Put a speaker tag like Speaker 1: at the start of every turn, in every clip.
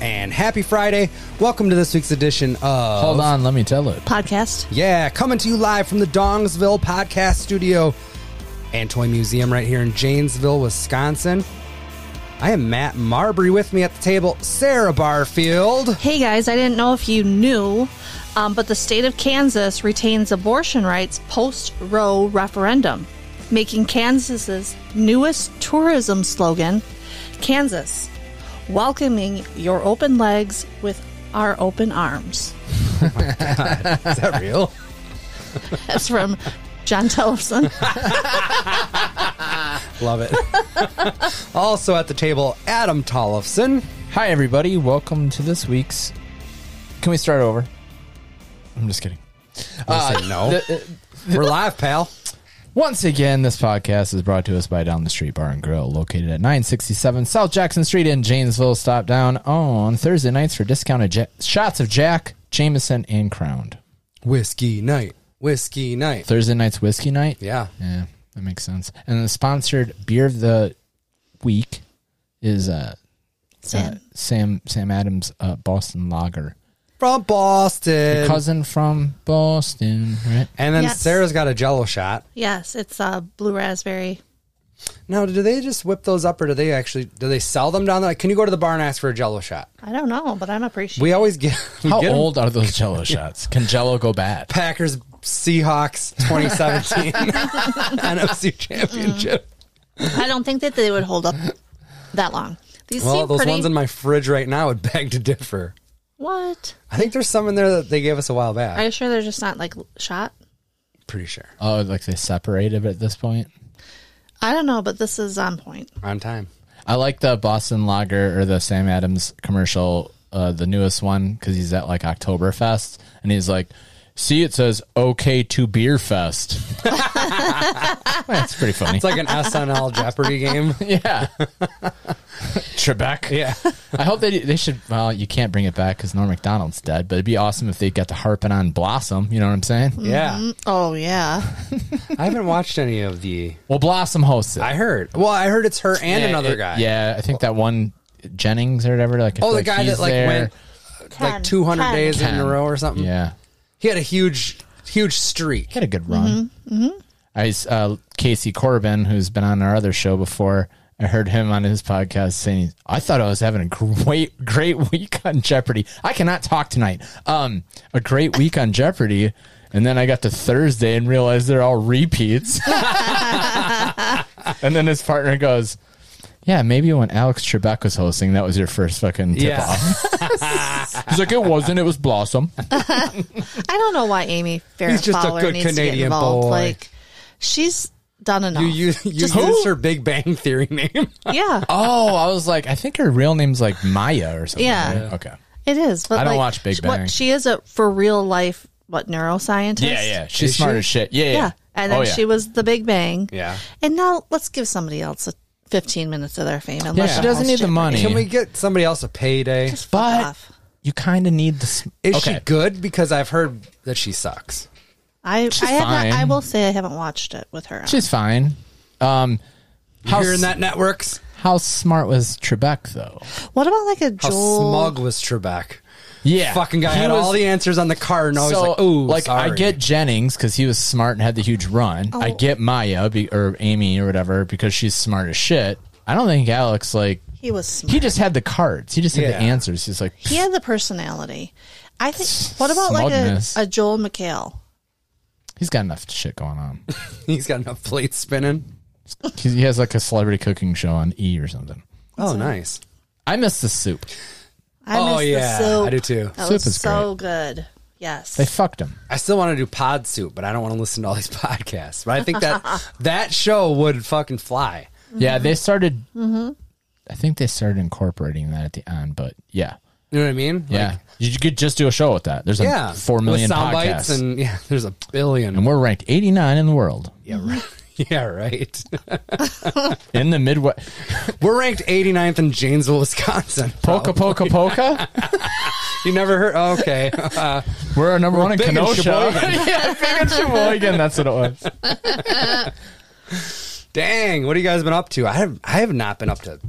Speaker 1: and happy Friday. Welcome to this week's edition of
Speaker 2: Hold on, let me tell it.
Speaker 3: podcast.
Speaker 1: Yeah, coming to you live from the Dongsville Podcast Studio and Toy Museum right here in Janesville, Wisconsin. I am Matt Marbury with me at the table, Sarah Barfield.
Speaker 3: Hey guys, I didn't know if you knew, um, but the state of Kansas retains abortion rights post Roe referendum, making Kansas's newest tourism slogan Kansas, welcoming your open legs with our open arms.
Speaker 1: Is that real?
Speaker 3: That's from John Tellefson.
Speaker 1: Love it. also at the table, Adam Tollefson.
Speaker 2: Hi, everybody. Welcome to this week's. Can we start over? I'm just kidding.
Speaker 1: I said no.
Speaker 2: The- uh,
Speaker 1: We're live, pal.
Speaker 2: once again, this podcast is brought to us by Down the Street Bar and Grill, located at 967 South Jackson Street in Janesville. Stop down on Thursday nights for discounted ja- shots of Jack, Jameson, and Crowned.
Speaker 1: Whiskey night. Whiskey night.
Speaker 2: Thursday night's whiskey night.
Speaker 1: Yeah.
Speaker 2: Yeah, that makes sense. And the sponsored beer of the week is uh, uh,
Speaker 3: Sam.
Speaker 2: Sam Sam Adams uh, Boston Lager.
Speaker 1: From Boston.
Speaker 2: cousin from Boston, right?
Speaker 1: and then
Speaker 3: Yes.
Speaker 1: Sarah's got a jello shot.
Speaker 3: Yes, it's uh, blue raspberry.
Speaker 1: Now, do they just whip those up or do they actually do they sell them down there? Like, can you go to the bar and ask for a jello shot?
Speaker 3: I don't know, but I'm appreciative.
Speaker 1: We always get we
Speaker 2: How
Speaker 1: get 'em
Speaker 2: old are those Jello shots? Can Jello go bad?
Speaker 1: Packers Seahawks 2017 NFC Championship.
Speaker 3: Mm-hmm. I don't think that they would hold up that long. These
Speaker 1: Well,
Speaker 3: seem
Speaker 1: those
Speaker 3: pretty.
Speaker 1: ones in my fridge right now would beg to differ.
Speaker 3: what?
Speaker 1: I think there's some in there that they gave us a while back.
Speaker 3: Are you sure they're just not like shot?
Speaker 1: Pretty sure.
Speaker 2: Oh, like they separated at this point.
Speaker 3: I don't know, but this is on point.
Speaker 1: On time.
Speaker 2: I like the Boston Lager or the Sam Adams commercial, uh, the newest one, because he's at like Oktoberfest and he's like, "See, it says OK to Beer Fest." That's pretty funny.
Speaker 1: It's like an SNL Jeopardy game.
Speaker 2: yeah, Trebek.
Speaker 1: Yeah.
Speaker 2: I hope they they should. Well, you can't bring it back because Norm Macdonald's dead, but it'd be awesome if they got to harping on Blossom. You know what I'm saying?
Speaker 1: Yeah.
Speaker 3: Oh yeah,
Speaker 1: I haven't watched any of the
Speaker 2: Well, Blossom hosts it.
Speaker 1: I heard. Well, I heard it's her and
Speaker 2: Yeah,
Speaker 1: another
Speaker 2: it-
Speaker 1: guy.
Speaker 2: Yeah, I think that one Jennings or whatever. Like, I
Speaker 1: Oh,
Speaker 2: feel
Speaker 1: the
Speaker 2: like
Speaker 1: guy
Speaker 2: he's
Speaker 1: that like
Speaker 2: there.
Speaker 1: went like 200
Speaker 3: Ken.
Speaker 1: days in a
Speaker 2: Ken.
Speaker 1: row or something.
Speaker 2: Yeah,
Speaker 1: He had a huge huge streak.
Speaker 2: he had a good run. I s- uh, Casey Corbin, who's been on our other show before. I heard him on his podcast saying, "I thought I was having a great, great week on Jeopardy. I cannot talk tonight. Um, a great week on Jeopardy." And then I got to Thursday and realized they're all repeats. and then his partner goes, "Yeah, maybe when Alex Trebek was hosting, that was your first fucking tip
Speaker 1: Yeah.
Speaker 2: off." He's like, it wasn't. It was Blossom.
Speaker 3: I don't know why Amy Farrah
Speaker 1: He's just a
Speaker 3: Fowler
Speaker 1: good
Speaker 3: needs to
Speaker 1: Canadian
Speaker 3: get involved.
Speaker 1: boy.
Speaker 3: Like she's done enough.
Speaker 1: You you, you
Speaker 3: Just-
Speaker 1: used her Big Bang Theory name.
Speaker 3: yeah,
Speaker 2: Oh, I was like, I think her real name's like Maya or something.
Speaker 3: Yeah.
Speaker 2: right? Okay.
Speaker 3: it is. But
Speaker 2: I don't
Speaker 3: like,
Speaker 2: watch Big
Speaker 3: sh- what-
Speaker 2: Bang.
Speaker 3: she is a for real life what neuroscientist.
Speaker 2: Yeah, yeah. She's
Speaker 1: Is
Speaker 2: smart
Speaker 1: she?
Speaker 2: as shit. Yeah, yeah.
Speaker 3: yeah. And then
Speaker 2: Oh, yeah.
Speaker 3: she was the Big Bang.
Speaker 1: Yeah.
Speaker 3: And now let's give somebody else a fifteen minutes of their fame. And
Speaker 2: Yeah,
Speaker 3: let
Speaker 2: she
Speaker 3: them
Speaker 2: doesn't
Speaker 3: host
Speaker 2: need the
Speaker 3: Jeopardy.
Speaker 2: money.
Speaker 1: Can we get somebody else a payday?
Speaker 3: Just fuck
Speaker 2: But-
Speaker 3: off.
Speaker 2: You kind of need the. sm-
Speaker 1: Is
Speaker 2: okay.
Speaker 1: she good? Because I've heard that she sucks.
Speaker 3: I I, have not, I
Speaker 2: fine.
Speaker 3: will say I haven't watched it with her. on.
Speaker 2: She's fine. Um,
Speaker 1: You
Speaker 2: how
Speaker 1: hearing
Speaker 2: s-
Speaker 1: that networks?
Speaker 2: how smart was Trebek though?
Speaker 3: what about like a
Speaker 1: How
Speaker 3: Joel?
Speaker 1: smug was Trebek?
Speaker 2: Yeah,
Speaker 1: Fucking guy
Speaker 2: He
Speaker 1: had
Speaker 2: was-
Speaker 1: all the answers on the card, and I was
Speaker 2: so,
Speaker 1: like, "Ooh,
Speaker 2: like
Speaker 1: sorry. Oh.
Speaker 2: I get Jennings because he was smart and had the huge run. I get Maya be, or Amy or whatever because she's smart as shit. I don't think Alex like
Speaker 3: He was smart.
Speaker 2: he just had the cards. He just had the
Speaker 1: Yeah.
Speaker 2: answers. He's like,
Speaker 3: He had the personality. I think. What about like a,
Speaker 2: Smugness.
Speaker 3: a Joel McHale?
Speaker 2: he's got enough shit going on.
Speaker 1: He's got enough plates spinning.
Speaker 2: He's- He has like a celebrity cooking show on E or something.
Speaker 1: Oh, nice.
Speaker 2: I miss the soup.
Speaker 3: I
Speaker 1: Oh,
Speaker 3: miss
Speaker 1: yeah,
Speaker 3: the soap.
Speaker 1: I do too.
Speaker 3: That
Speaker 2: Soup
Speaker 3: was
Speaker 2: is
Speaker 3: so good. Yes.
Speaker 2: They fucked him.
Speaker 1: I still want to do Pod Soup, but I don't want to listen to all these podcasts. But I think that that show would fucking fly.
Speaker 2: Yeah, they started. I think they started incorporating that at the end, but yeah,
Speaker 1: You know what I mean? Like,
Speaker 2: yeah. You could just do a show with that. There's a
Speaker 1: yeah.
Speaker 2: four million
Speaker 1: With sound
Speaker 2: podcasts,
Speaker 1: bites
Speaker 2: and-,
Speaker 1: and yeah, there's a billion.
Speaker 2: we're ranked 89 in the world
Speaker 1: Yeah, right. Yeah, right.
Speaker 2: in the Midwest.
Speaker 1: We're ranked 89th in Janesville, Wisconsin.
Speaker 2: Poca poca poca.
Speaker 1: You never heard? oh, okay. Uh,
Speaker 2: We're our number one in
Speaker 1: big in
Speaker 2: Kenosha.
Speaker 1: Sheboygan.
Speaker 2: yeah, big in Sheboygan. That's what it was.
Speaker 1: dang, what have you guys been up to? I have I have not been up to.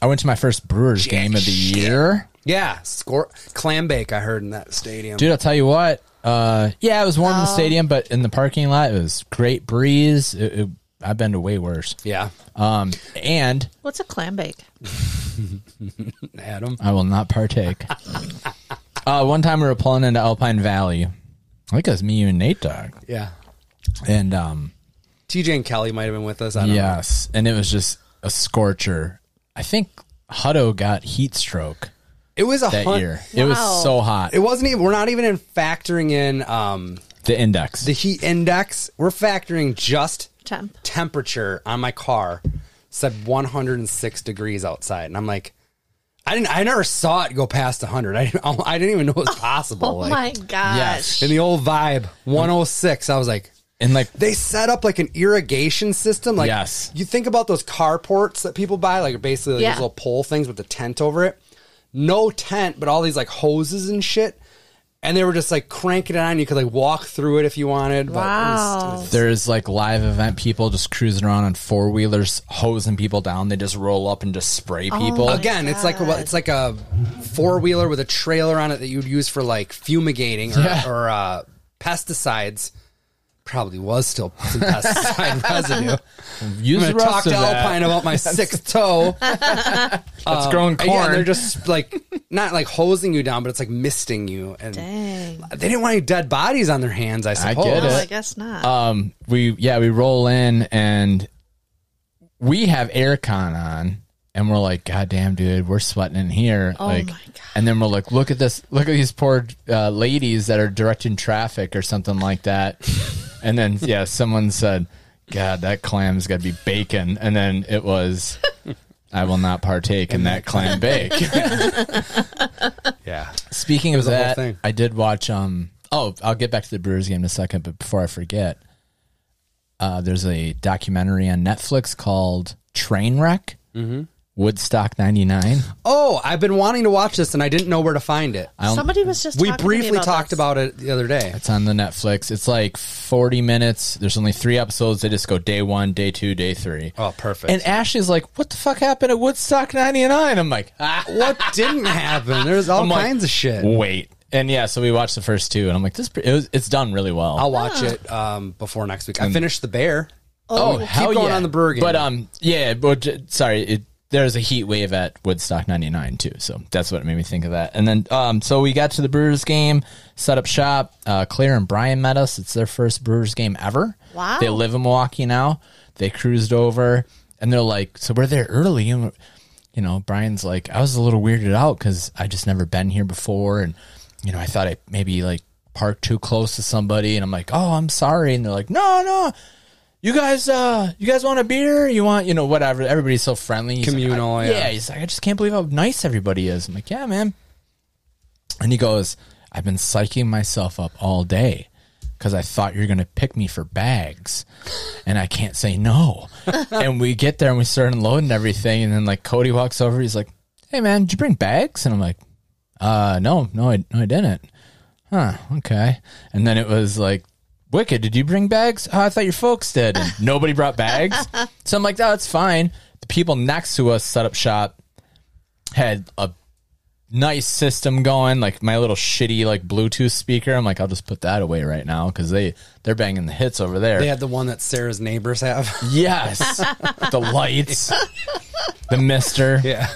Speaker 2: I went to my first Brewers game of the year.
Speaker 1: Yeah, score clam bake. I heard in that stadium.
Speaker 2: Dude, I'll tell you what. Uh, yeah, it was warm in the stadium, but in the parking lot, it was great breeze. It, it, I've been to way worse.
Speaker 1: Yeah,
Speaker 2: Um, and
Speaker 3: What's a clam bake?
Speaker 1: Adam.
Speaker 2: I will not partake. uh, one time we were pulling into Alpine Valley. I think it was me, you, and Nate Dog.
Speaker 1: Yeah,
Speaker 2: And um,
Speaker 1: TJ and Kelly might have been with us. I don't know.
Speaker 2: yes, and it was just a scorcher. I think Hutto got heat stroke
Speaker 1: It was a
Speaker 2: that
Speaker 1: hun-
Speaker 2: year. It was
Speaker 3: Wow.
Speaker 2: so hot.
Speaker 1: It wasn't even. We're not even in factoring in um,
Speaker 2: The index.
Speaker 1: the heat index. We're factoring just
Speaker 3: Temp.
Speaker 1: temperature on my car. Said 106 degrees outside, and I'm like, I didn't. I never saw it go past 100. I didn't. I didn't even know it was possible.
Speaker 3: Oh
Speaker 1: like,
Speaker 3: my gosh.
Speaker 1: in the old vibe, 106. I was like,
Speaker 2: and like
Speaker 1: they set up like an irrigation system. Like
Speaker 2: Yes.
Speaker 1: you think about those carports that people buy, like basically like
Speaker 3: Yeah.
Speaker 1: those little pole things with the tent over it. No tent, but all these like hoses and shit. And they were just like cranking it on. You could like walk through it if you wanted. But it was-
Speaker 3: Wow.
Speaker 2: There's like live event people just cruising around on four wheelers, hosing people down. They just roll up and just spray
Speaker 1: Oh
Speaker 2: people.
Speaker 1: again, it's like a, it's like a four wheeler with a trailer on it that you'd use for like fumigating or,
Speaker 2: Yeah.
Speaker 1: or uh, pesticides. Probably was still some pesticide residue.
Speaker 2: Use
Speaker 1: I'm going
Speaker 2: the
Speaker 1: to
Speaker 2: rest
Speaker 1: talk to
Speaker 2: of that.
Speaker 1: Alpine about my sixth toe.
Speaker 2: That's growing
Speaker 1: And Yeah,
Speaker 2: corn.
Speaker 1: and they're just like not like hosing you down, but it's like misting you. And
Speaker 3: Dang.
Speaker 1: they didn't want any dead bodies on their hands. I suppose.
Speaker 2: get
Speaker 3: Oh,
Speaker 2: it.
Speaker 3: I guess not.
Speaker 2: uh, um we yeah we roll in and we have aircon on and we're like god damn dude we're sweating in here oh like
Speaker 3: my God.
Speaker 2: and then we're like look at this look at these poor uh, ladies that are directing traffic or something like that and then yeah someone said god that clam's got to be bacon and then it was I will not partake in that clam bake.
Speaker 1: Yeah.
Speaker 2: Speaking of
Speaker 1: the whole
Speaker 2: that,
Speaker 1: thing.
Speaker 2: I did watch. Um, oh, I'll get back to the Brewers game in a second, but before I forget, uh, there's a documentary on Netflix called Trainwreck,
Speaker 1: Mm-hmm.
Speaker 2: Woodstock '99.
Speaker 1: Oh, I've been wanting to watch this, and I didn't know where to find it.
Speaker 3: Somebody was just
Speaker 1: we
Speaker 3: talking to me
Speaker 1: briefly talked
Speaker 3: this.
Speaker 1: about it the other day.
Speaker 2: It's on the Netflix. It's like 40 minutes. There's only three episodes. They just go day one, day two, day three.
Speaker 1: Oh, perfect.
Speaker 2: And Ashley's like, "What the fuck happened at Woodstock '99?" I'm like, "Ah,
Speaker 1: what didn't happen? There's all
Speaker 2: I'm like,
Speaker 1: kinds of shit.
Speaker 2: wait." And yeah, so we watched the first two, and I'm like, "This pre- it was, it's done really well."
Speaker 1: I'll watch it um, before next week. I finished the bear.
Speaker 2: Oh,
Speaker 1: Keep
Speaker 2: hell
Speaker 1: going
Speaker 2: yeah.
Speaker 1: on the Brewer game.
Speaker 2: But um, yeah, but j- sorry, it, there's a heat wave at Woodstock '99 too, so that's what made me think of that. And then um, so we got to the Brewers game, set up shop. Uh, Claire and Brian met us. It's their first Brewers game ever.
Speaker 3: Wow.
Speaker 2: They live in Milwaukee now. They cruised over, and they're like, "So we're there early." And we're- you know, Brian's like, "I was a little weirded out because I just never been here before, and you know, I thought I maybe like." parked too close to somebody and I'm like, "Oh, I'm sorry." And they're like, "No, no you guys uh you guys want a beer you want you know whatever everybody's so friendly He's like,
Speaker 1: Communal,
Speaker 2: I-
Speaker 1: yeah.
Speaker 2: he's like i just can't believe how nice everybody is i'm like yeah man and he goes i've been psyching myself up all day because i thought you were going to pick me for bags and i can't say no and we get there and we start unloading everything and then like cody walks over he's like hey man did you bring bags and i'm like uh no no i, no, I didn't huh, okay. And then it was like, Wicked, did you bring bags? Oh, I thought your folks did. And nobody brought bags. So I'm like, oh, it's fine. The people next to us set up shop had a nice system going, like my little shitty like Bluetooth speaker. I'm like, I'll just put that away right now because they they're banging the hits over there.
Speaker 1: They had the one that Sarah's neighbors have.
Speaker 2: Yes. the lights. The mister
Speaker 1: yeah.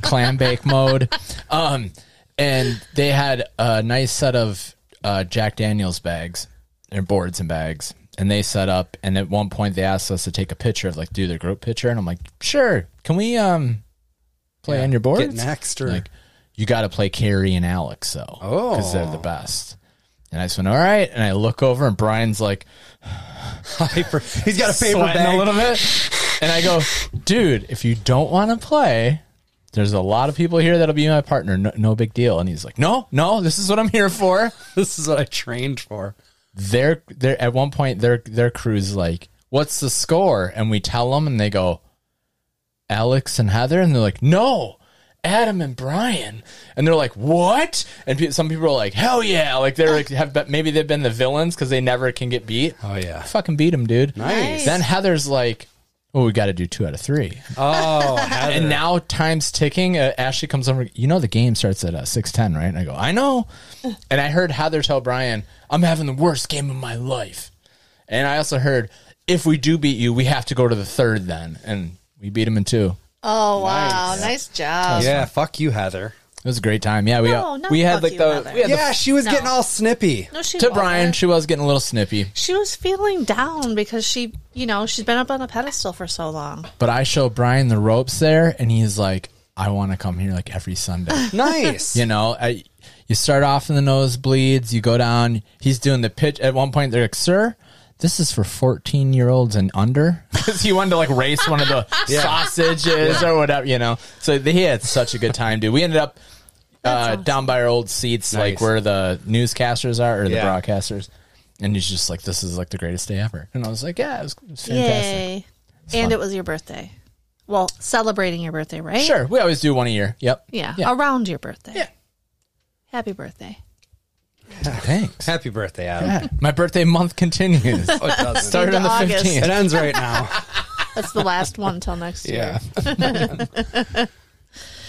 Speaker 2: clam bake mode. Um, and they had a nice set of uh, Jack Daniels bags or boards and bags. And they set up, and at one point they asked us to take a picture of like do their group picture, and I'm like, sure, can we um play on your
Speaker 1: Get
Speaker 2: boards?
Speaker 1: next or
Speaker 2: Like, you got to play Carrie and Alex though, because they're the best. And I just went all right, and I look over, and Brian's like,
Speaker 1: paper. He's got a paper
Speaker 2: sweating
Speaker 1: bag.
Speaker 2: a little bit. And I go, dude, if you don't want to play, there's a lot of people here that'll be my partner. No, no big deal. And he's like, no, no, this is what I'm here for.
Speaker 1: this is what I trained for.
Speaker 2: Their, their, at one point, their, their crew's like, what's the score? And we tell them, and they go, Alex and Heather. And they're like, no. Adam and Brian, and they're like, "What?" And pe- some people are like, "Hell yeah!" Like they're like, have been, maybe they've been the villains because they never can get beat.
Speaker 1: Oh yeah.
Speaker 2: I fucking beat him, dude.
Speaker 1: Nice.
Speaker 2: Then Heather's like, Well, we got to do two out of three.
Speaker 1: Oh, Heather.
Speaker 2: And now time's ticking. Uh, Ashley comes over. You know the game starts at uh, six ten, right? And I go, I know. And I heard Heather tell Brian, "I'm having the worst game of my life." And I also heard, "If we do beat you, we have to go to the third then." And we beat him in two.
Speaker 4: Oh wow, nice, job.
Speaker 1: yeah, fuck you, Heather.
Speaker 2: It was a great time. Yeah, we uh,
Speaker 3: No, not
Speaker 2: we had
Speaker 3: fuck
Speaker 2: like
Speaker 3: you,
Speaker 2: the
Speaker 3: Heather.
Speaker 2: we had
Speaker 1: Yeah, she was
Speaker 3: No.
Speaker 1: getting all snippy.
Speaker 3: No, she
Speaker 2: the, to
Speaker 3: wasn't.
Speaker 2: Brian. She was getting a little snippy,
Speaker 3: She was feeling down because she, you know, she's been up on a pedestal for so long.
Speaker 2: but I show Brian the ropes there, and he's like, "I want to come here like every Sunday."
Speaker 1: Nice.
Speaker 2: You know, I, you start off in the nosebleeds, you go down. He's doing the pitch. At one point, they're like, "Sir, this is for fourteen-year-olds and under," because he wanted to like race one of the sausages or whatever, you know. So they- he had such a good time, dude. We ended up uh, down by our old seats,
Speaker 1: Nice.
Speaker 2: like where the newscasters are or
Speaker 1: Yeah.
Speaker 2: the broadcasters. And he's just like, "This is like the greatest day ever," and I was like, "Yeah, it was, it was fantastic."
Speaker 3: Yay. And
Speaker 2: fun.
Speaker 3: it was your birthday. Well, celebrating your birthday, right?
Speaker 2: Sure, we always do one a year. Yep.
Speaker 3: Yeah,
Speaker 2: Yeah.
Speaker 3: around your birthday.
Speaker 2: Yeah.
Speaker 3: Happy birthday.
Speaker 2: Thanks.
Speaker 1: Happy birthday, Adam.
Speaker 2: My birthday month continues.
Speaker 1: Oh, it doesn't.
Speaker 2: Started on the
Speaker 3: August.
Speaker 2: fifteenth.
Speaker 1: It ends right now.
Speaker 3: That's the last one till next year.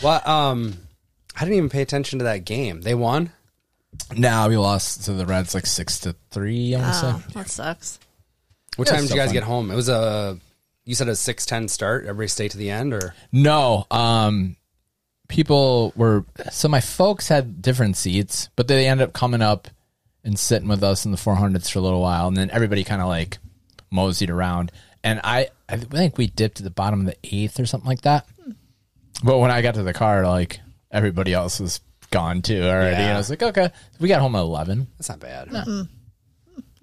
Speaker 1: Well, um, I didn't even pay attention to that game. They won.
Speaker 2: No, we lost to the Reds like six to three. I want to
Speaker 3: Oh,
Speaker 2: say.
Speaker 3: that sucks.
Speaker 1: What
Speaker 2: Yeah,
Speaker 1: time did
Speaker 2: so
Speaker 1: you guys
Speaker 2: fun.
Speaker 1: get home? It was a. You said a six ten start. Everybody stay to the end, or
Speaker 2: No, um, people were so my folks had different seats, but they ended up coming up and sitting with us in the 400s for a little while, and then everybody kind of like moseyed around, and I I think we dipped at the bottom of the eighth or something like that. But when I got to the car, like everybody else was gone too already,
Speaker 1: Yeah.
Speaker 2: and I was like, okay, we got home at 11.
Speaker 1: that's not bad.
Speaker 3: Nice.
Speaker 1: Mm.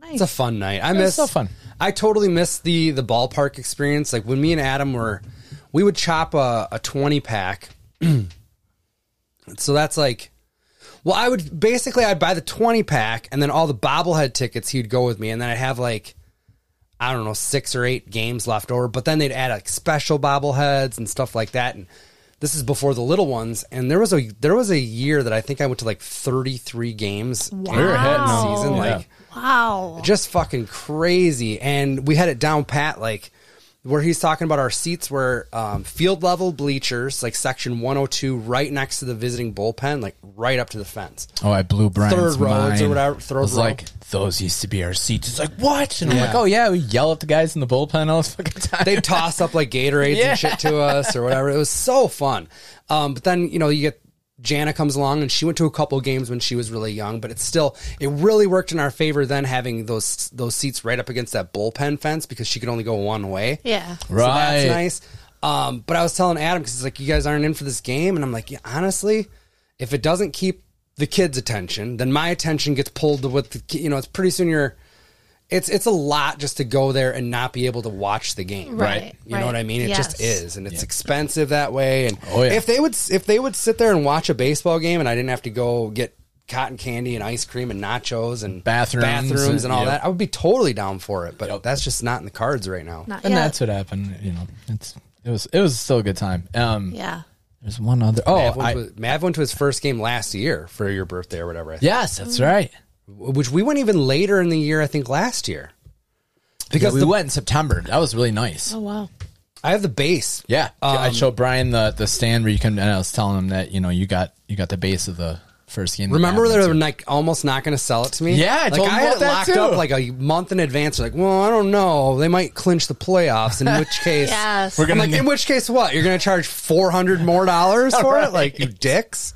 Speaker 1: It's a fun night. I
Speaker 2: was
Speaker 1: miss
Speaker 2: so fun.
Speaker 1: I totally miss the the ballpark experience. Like when me and Adam were, we would chop a, a twenty pack. so that's like, well, I would basically I'd buy the twenty pack and then all the bobblehead tickets he'd go with me, and then I'd have like, I don't know, six or eight games left over. But then they'd add like special bobbleheads and stuff like that. And this is before the little ones. And there was a there was a year that I think I went to like thirty three games.
Speaker 3: wow.
Speaker 2: We were hitting
Speaker 1: all season, like-
Speaker 3: wow.
Speaker 1: just fucking crazy. And we had it down pat, like where he's talking about our seats were um, field level bleachers, like section 102, right next to the visiting bullpen, like right up to the fence.
Speaker 2: Oh, I blew Brian's
Speaker 1: Third row,
Speaker 2: mind.
Speaker 1: it's or whatever, third
Speaker 2: I was
Speaker 1: row.
Speaker 2: like, those used to be our seats. It's like, what? And I'm like, oh yeah, we yell at the guys in the bullpen all the fucking time.
Speaker 1: They'd toss up like Gatorades
Speaker 2: Yeah.
Speaker 1: and shit to us or whatever. It was so fun. Um, but then, you know, you get Jana comes along and she went to a couple games when she was really young, but it's still, it really worked in our favor then having those, those seats right up against that bullpen fence because she could only go one way. So
Speaker 3: yeah.
Speaker 1: that's
Speaker 2: Right.
Speaker 1: nice. Um, but I was telling Adam because he's like, you guys aren't in for this game, and I'm like, yeah, honestly, if it doesn't keep the kids' attention, then my attention gets pulled to what the ki- you know. It's pretty soon you're. It's it's a lot just to go there and not be able to watch the game,
Speaker 3: Right, Right.
Speaker 1: You know what I mean? It just
Speaker 3: yes.
Speaker 1: is, and it's expensive that way. And
Speaker 2: Oh, yeah.
Speaker 1: if they would s- if they would sit there and watch a baseball game, and I didn't have to go get cotton candy and ice cream and nachos and
Speaker 2: Bathrooms and-
Speaker 1: bathrooms and all
Speaker 2: yep.
Speaker 1: that, I would be totally down for it. But that's just not in the cards right now.
Speaker 3: Not
Speaker 2: and
Speaker 3: yet.
Speaker 2: that's what happened. You know, it's it was it was still a good time. Um,
Speaker 3: yeah.
Speaker 2: there's one other. Oh,
Speaker 1: Mav, went
Speaker 2: I-
Speaker 1: to, Mav went to his first game last year for your birthday or whatever. I think.
Speaker 2: yes, that's right.
Speaker 1: Which we went even later in the year, I think last year.
Speaker 2: Because
Speaker 1: Because
Speaker 2: we
Speaker 1: the-
Speaker 2: went in September. That was really nice.
Speaker 3: Oh wow.
Speaker 1: I have the base.
Speaker 2: Yeah, I
Speaker 1: Um,
Speaker 2: showed Brian the the stand where you can. And I was telling him that you know you got you got the base of the first game.
Speaker 1: Remember
Speaker 2: that
Speaker 1: they were
Speaker 2: happened,
Speaker 1: like almost not going to sell it to me.
Speaker 2: Yeah, I
Speaker 1: like
Speaker 2: told him
Speaker 1: I had
Speaker 2: about
Speaker 1: it
Speaker 2: that
Speaker 1: locked
Speaker 2: too.
Speaker 1: up like a month in advance. They're like, well, I don't know. They might clinch the playoffs. In which case,
Speaker 3: Yes.
Speaker 2: We're
Speaker 1: I'm
Speaker 2: gonna-
Speaker 1: like, in which case, what? You're going to charge four hundred more dollars for it? Like you dicks.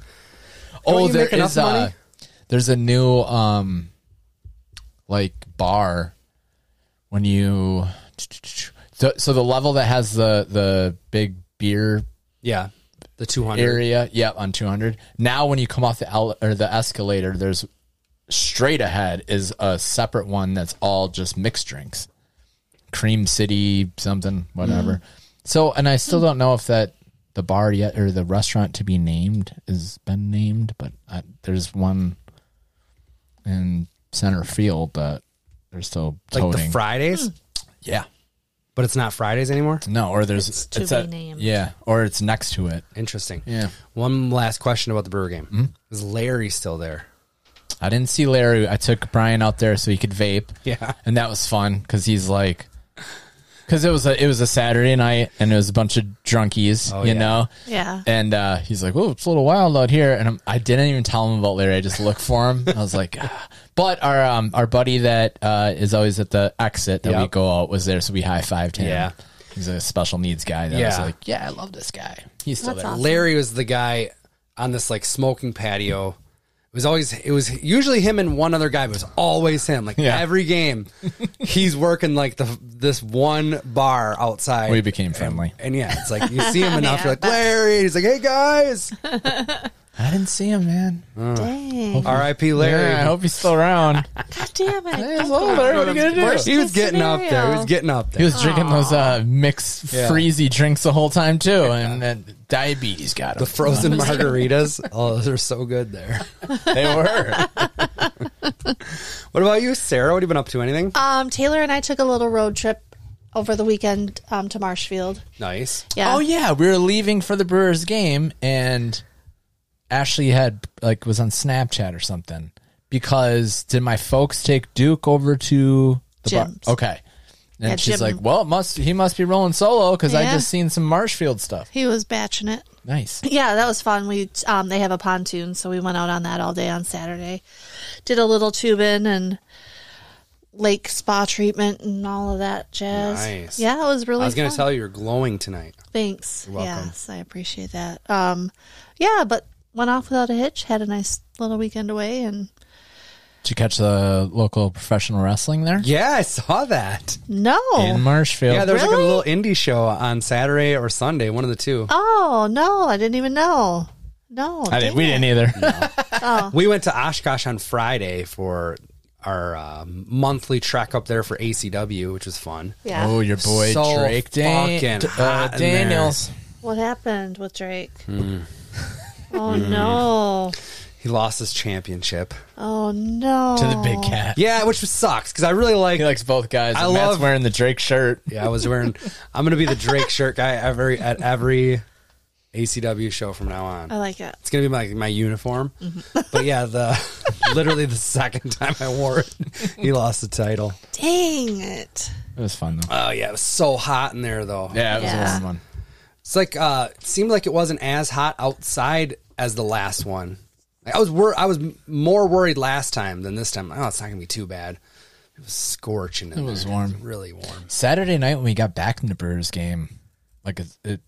Speaker 2: so-
Speaker 1: don't
Speaker 2: Oh,
Speaker 1: you
Speaker 2: there
Speaker 1: make enough
Speaker 2: is uh,
Speaker 1: money?
Speaker 2: there's a new um like bar when you so, so the level that has the the big beer
Speaker 1: Yeah, the two hundred.
Speaker 2: area. Yep, on 200. Now, when you come off the ele- or the escalator, there's straight ahead is a separate one that's all just mixed drinks, Cream City something, whatever. So, and I still don't know if that the bar yet or the restaurant to be named has been named, but I, there's one in center field that they're still
Speaker 1: Like
Speaker 2: toting.
Speaker 1: the Fridays,
Speaker 2: yeah.
Speaker 1: but it's not Fridays anymore.
Speaker 2: No, or there's it's
Speaker 3: to
Speaker 2: a-
Speaker 3: be named.
Speaker 2: Yeah, or it's next to it.
Speaker 1: Interesting.
Speaker 2: Yeah. Hmm?
Speaker 1: One last question about the Brewer game. Is Larry still there?
Speaker 2: I didn't see Larry. I took Brian out there so he could vape.
Speaker 1: Yeah.
Speaker 2: And that was fun because he's like, because it was a it was a Saturday night and it was a bunch of drunkies,
Speaker 1: Oh, yeah.
Speaker 2: you know.
Speaker 3: Yeah.
Speaker 2: And uh, he's like, "Oh, it's a little wild out here," and I'm, I didn't even tell him about Larry. I just looked for him. I was like, ah. "But our um, our buddy that uh, is always at the exit that we
Speaker 1: Yep.
Speaker 2: go out was there, so we high fived him.
Speaker 1: Yeah.
Speaker 2: he's a special needs guy. That was
Speaker 1: Yeah.
Speaker 2: like, yeah, I love this guy. He's still
Speaker 3: That's
Speaker 2: there.
Speaker 3: awesome.
Speaker 1: Larry was the guy on this like smoking patio. It was always it was usually him and one other guy, but it was always him. Like
Speaker 2: Yeah.
Speaker 1: every game, he's working like the this one bar outside.
Speaker 2: We became friendly.
Speaker 1: and yeah, it's like you see him enough, you're like Larry. He's like, hey guys,
Speaker 2: I didn't see him, man.
Speaker 3: Dang.
Speaker 2: oh.
Speaker 1: R.I.P. Larry.
Speaker 2: Yeah, I hope he's still around.
Speaker 3: God damn it.
Speaker 2: Hey, hello, Larry. What are you gonna do?
Speaker 3: Worst
Speaker 1: he was
Speaker 3: case
Speaker 1: getting up there. He
Speaker 3: scenario.
Speaker 1: was getting up
Speaker 2: He
Speaker 1: there.
Speaker 2: was drinking those uh, mixed
Speaker 1: Yeah.
Speaker 2: freezy drinks the whole time too, and uh, diabetes got him.
Speaker 1: the frozen margaritas. Oh, those are so good there.
Speaker 2: they were.
Speaker 1: What about you, Sarah? What have you been up to? Anything
Speaker 3: Um, Taylor and I took a little road trip over the weekend um, to Marshfield.
Speaker 1: nice?
Speaker 3: Yeah.
Speaker 2: Oh yeah, we were leaving for the Brewers game, and Ashley had like was on Snapchat or something because did my folks take Duke over to the
Speaker 3: Jim's.
Speaker 2: bar? Okay, and
Speaker 3: Yeah,
Speaker 2: she's
Speaker 3: Jim.
Speaker 2: like, "Well, it must he must be rolling solo because I
Speaker 3: Yeah.
Speaker 2: just seen some Marshfield stuff.
Speaker 3: He was batching it.
Speaker 2: Nice,
Speaker 3: Yeah, that was fun. We um, they have a pontoon, so we went out on that all day on Saturday. Did a little tubing and lake spa treatment and all of that jazz.
Speaker 1: Nice.
Speaker 3: Yeah, it was really.
Speaker 1: I was going to
Speaker 3: fun.
Speaker 1: tell you, you're glowing tonight.
Speaker 3: Thanks.
Speaker 1: welcome.
Speaker 3: Yes, I appreciate that. Um, yeah, but went off without a hitch. Had a nice little weekend away, and
Speaker 2: did you catch the local professional wrestling there
Speaker 1: Yeah, I saw that.
Speaker 3: no.
Speaker 2: in Marshfield?
Speaker 1: Yeah, there was like a
Speaker 3: Really?
Speaker 1: little indie show on Saturday or Sunday, one of the two.
Speaker 3: oh no, I didn't even know. No,
Speaker 2: I didn't, we
Speaker 3: dang
Speaker 2: didn't either.
Speaker 3: Oh.
Speaker 1: We went to Oshkosh on Friday for our uh, monthly trek up there for ACW, which was fun.
Speaker 3: it. Yeah.
Speaker 2: Oh, your boy
Speaker 1: So
Speaker 2: Drake Dan-
Speaker 1: fucking
Speaker 2: D- uh,
Speaker 1: hot in there.
Speaker 2: Daniels.
Speaker 3: What happened with Drake?
Speaker 2: Hmm.
Speaker 3: Oh no!
Speaker 1: He lost his championship.
Speaker 3: Oh no!
Speaker 2: To the big cat.
Speaker 1: Yeah, which sucks because I really like.
Speaker 2: He likes both guys.
Speaker 1: I
Speaker 2: and
Speaker 1: love-
Speaker 2: Matt's wearing the Drake shirt.
Speaker 1: yeah, I was wearing. I'm gonna be the Drake shirt guy every at every ACW show from now on.
Speaker 3: I like it.
Speaker 1: It's gonna be my my uniform.
Speaker 3: Mm-hmm.
Speaker 1: But yeah, the literally the second time I wore it, he lost the title.
Speaker 3: Dang it!
Speaker 2: It was fun though.
Speaker 1: Oh yeah, it was so hot in there though.
Speaker 2: Yeah, it was
Speaker 3: Yeah.
Speaker 2: a warm one.
Speaker 1: It's like uh it seemed like it wasn't as hot outside as the last one. Like, I was wor- I was m- more worried last time than this time. Oh, it's not gonna be too bad. It was scorching. in
Speaker 2: It was
Speaker 1: there.
Speaker 2: warm.
Speaker 1: really warm.
Speaker 2: Saturday night when we got back from the Brewers game, like it, it,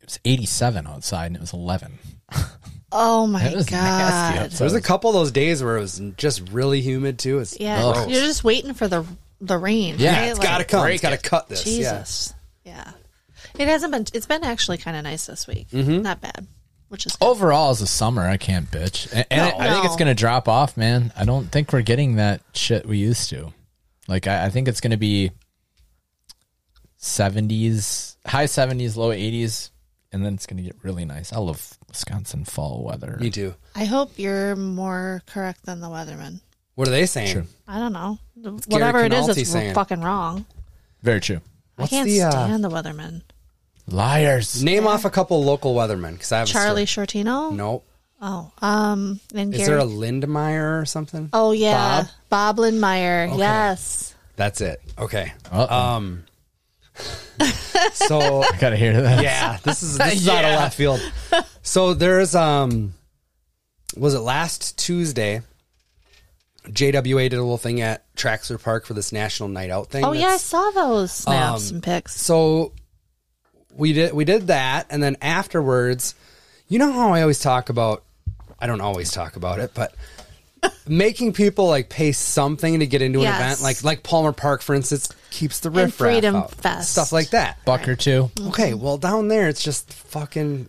Speaker 2: it was 87 outside and it was 11.
Speaker 3: Oh my
Speaker 2: It was
Speaker 3: god!
Speaker 2: nasty outside.
Speaker 1: There was a couple of those days where it was just really humid too. It's
Speaker 3: Yeah,
Speaker 1: gross.
Speaker 3: you're just waiting for the the rain.
Speaker 2: Yeah,
Speaker 3: right?
Speaker 2: it's
Speaker 1: It's gotta come. It's
Speaker 2: Break
Speaker 1: gotta
Speaker 2: it.
Speaker 1: cut this.
Speaker 3: Jesus. Yeah. It hasn't been. It's been actually kind of nice this week.
Speaker 1: Mm-hmm.
Speaker 3: Not bad, which is good.
Speaker 2: Overall, as a summer, I can't bitch. And, and
Speaker 1: No.
Speaker 2: I think it's
Speaker 3: No.
Speaker 2: going to drop off, man. I don't think we're getting that shit we used to. Like, I, I think it's going to be 70s, high 70s, low 80s, and then it's going to get really nice. I love Wisconsin fall weather.
Speaker 1: Yeah. Me too.
Speaker 3: I hope you're more correct than the weatherman.
Speaker 1: What are they saying?
Speaker 2: True.
Speaker 3: I don't know.
Speaker 1: Gary
Speaker 3: Whatever it is,
Speaker 1: Canalti
Speaker 3: it's
Speaker 1: saying.
Speaker 3: fucking wrong.
Speaker 2: Very true.
Speaker 1: What's
Speaker 3: I can't
Speaker 1: the, uh,
Speaker 3: stand the weatherman.
Speaker 2: Liars.
Speaker 1: Name off a couple local weathermen because I have
Speaker 3: Charlie
Speaker 1: A
Speaker 3: Shortino.
Speaker 1: story. Nope.
Speaker 3: Oh, um, and
Speaker 1: Is
Speaker 3: Gary.
Speaker 1: there a Lindemeyer or something?
Speaker 3: oh yeah,
Speaker 1: Bob?
Speaker 3: Bob, Lindmeyer. Yes.
Speaker 1: That's it. Okay.
Speaker 2: Uh-oh.
Speaker 1: Um. so
Speaker 2: I got to hear that.
Speaker 1: yeah, this is this is out of
Speaker 2: Yeah.
Speaker 1: left field. So there's um, was it last Tuesday? JWA did a little thing at Traxler Park for this National Night Out thing.
Speaker 3: Oh yeah, I
Speaker 1: that's-
Speaker 3: saw those snaps
Speaker 1: um,
Speaker 3: and pics.
Speaker 1: So we did we did that, and then afterwards, you know how I always talk about. I don't always talk about it, but making people like pay something to get into an
Speaker 3: Yes.
Speaker 1: event, like like Palmer Park, for instance, keeps the riff
Speaker 3: Freedom
Speaker 1: out,
Speaker 3: Fest.
Speaker 1: stuff like that.
Speaker 2: Buck or two.
Speaker 1: Okay, well down there it's just fucking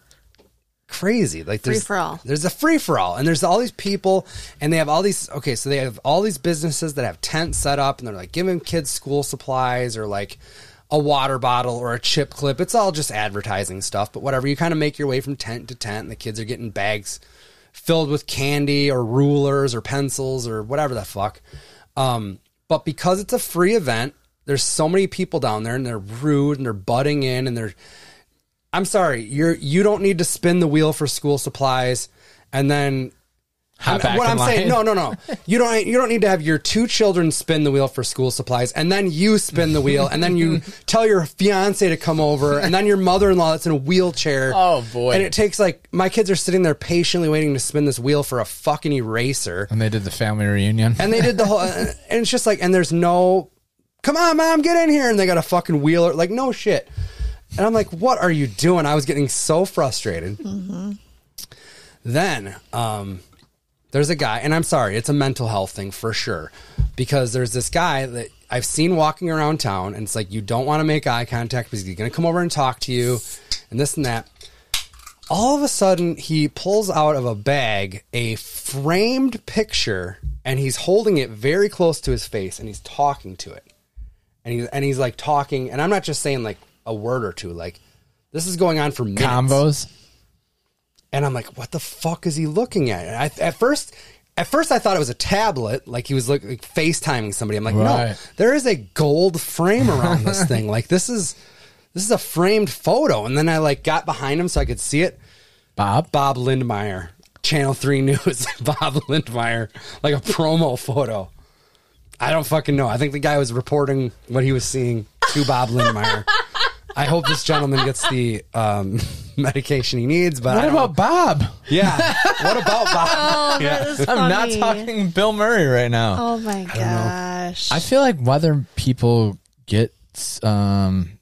Speaker 1: crazy. Like there's
Speaker 3: Free-for-all.
Speaker 1: There's a free for all, and there's all these people, and they have all these. Okay, so they have all these businesses that have tents set up, and they're like giving kids school supplies or like a water bottle or a chip clip. It's all just advertising stuff, but whatever. You kind of make your way from tent to tent, and the kids are getting bags filled with candy or rulers or pencils or whatever the fuck. Um, but because it's a free event, there's so many people down there, and they're rude, and they're butting in, and they're I'm sorry, you're you don't need to spin the wheel for school supplies and then
Speaker 2: Hop back
Speaker 1: what
Speaker 2: in
Speaker 1: I'm saying, no,
Speaker 2: line.
Speaker 1: no, no. You don't you don't need to have your two children spin the wheel for school supplies, and then you spin the wheel, and then you tell your fiance to come over, and then your mother in law that's in a wheelchair.
Speaker 2: Oh, boy.
Speaker 1: And it takes like my kids are sitting there patiently waiting to spin this wheel for a fucking eraser,
Speaker 2: And they did the family reunion.
Speaker 1: and they did the whole. and it's just like, and there's no, come on, mom, get in here, and they got a fucking wheel, like no shit. And I'm like, what are you doing? I was getting so frustrated. Then um, there's a guy, and I'm sorry, it's a mental health thing for sure, because there's this guy that I've seen walking around town, and it's like you don't want to make eye contact because he's going to come over and talk to you, and this and that. All of a sudden, he pulls out of a bag a framed picture, and he's holding it very close to his face, and he's talking to it and he's and he's like talking, and I'm not just saying like a word or two. Like this is going on for minutes.
Speaker 2: Combos.
Speaker 1: and I'm like, what the fuck is he looking at? And I, at first, at first, I thought it was a tablet, like he was look, like FaceTiming somebody. I'm like, no,
Speaker 2: Right.
Speaker 1: there is a gold frame around this thing. Like this is this is a framed photo. And then I like got behind him so I could see it.
Speaker 2: Bob.
Speaker 1: Bob Lindmeyer, Channel 3 News, Bob Lindmeyer, like a promo photo. I don't fucking know. I think the guy was reporting what he was seeing to Bob Lindmeyer. I hope this gentleman gets the um, medication he needs, but
Speaker 2: What
Speaker 1: I don't
Speaker 2: about
Speaker 1: know.
Speaker 2: Bob?
Speaker 1: yeah. What about Bob?
Speaker 3: Oh, that is
Speaker 2: I'm not
Speaker 3: funny.
Speaker 2: talking Bill Murray right now.
Speaker 3: Oh my gosh.
Speaker 2: I feel like whether people get um,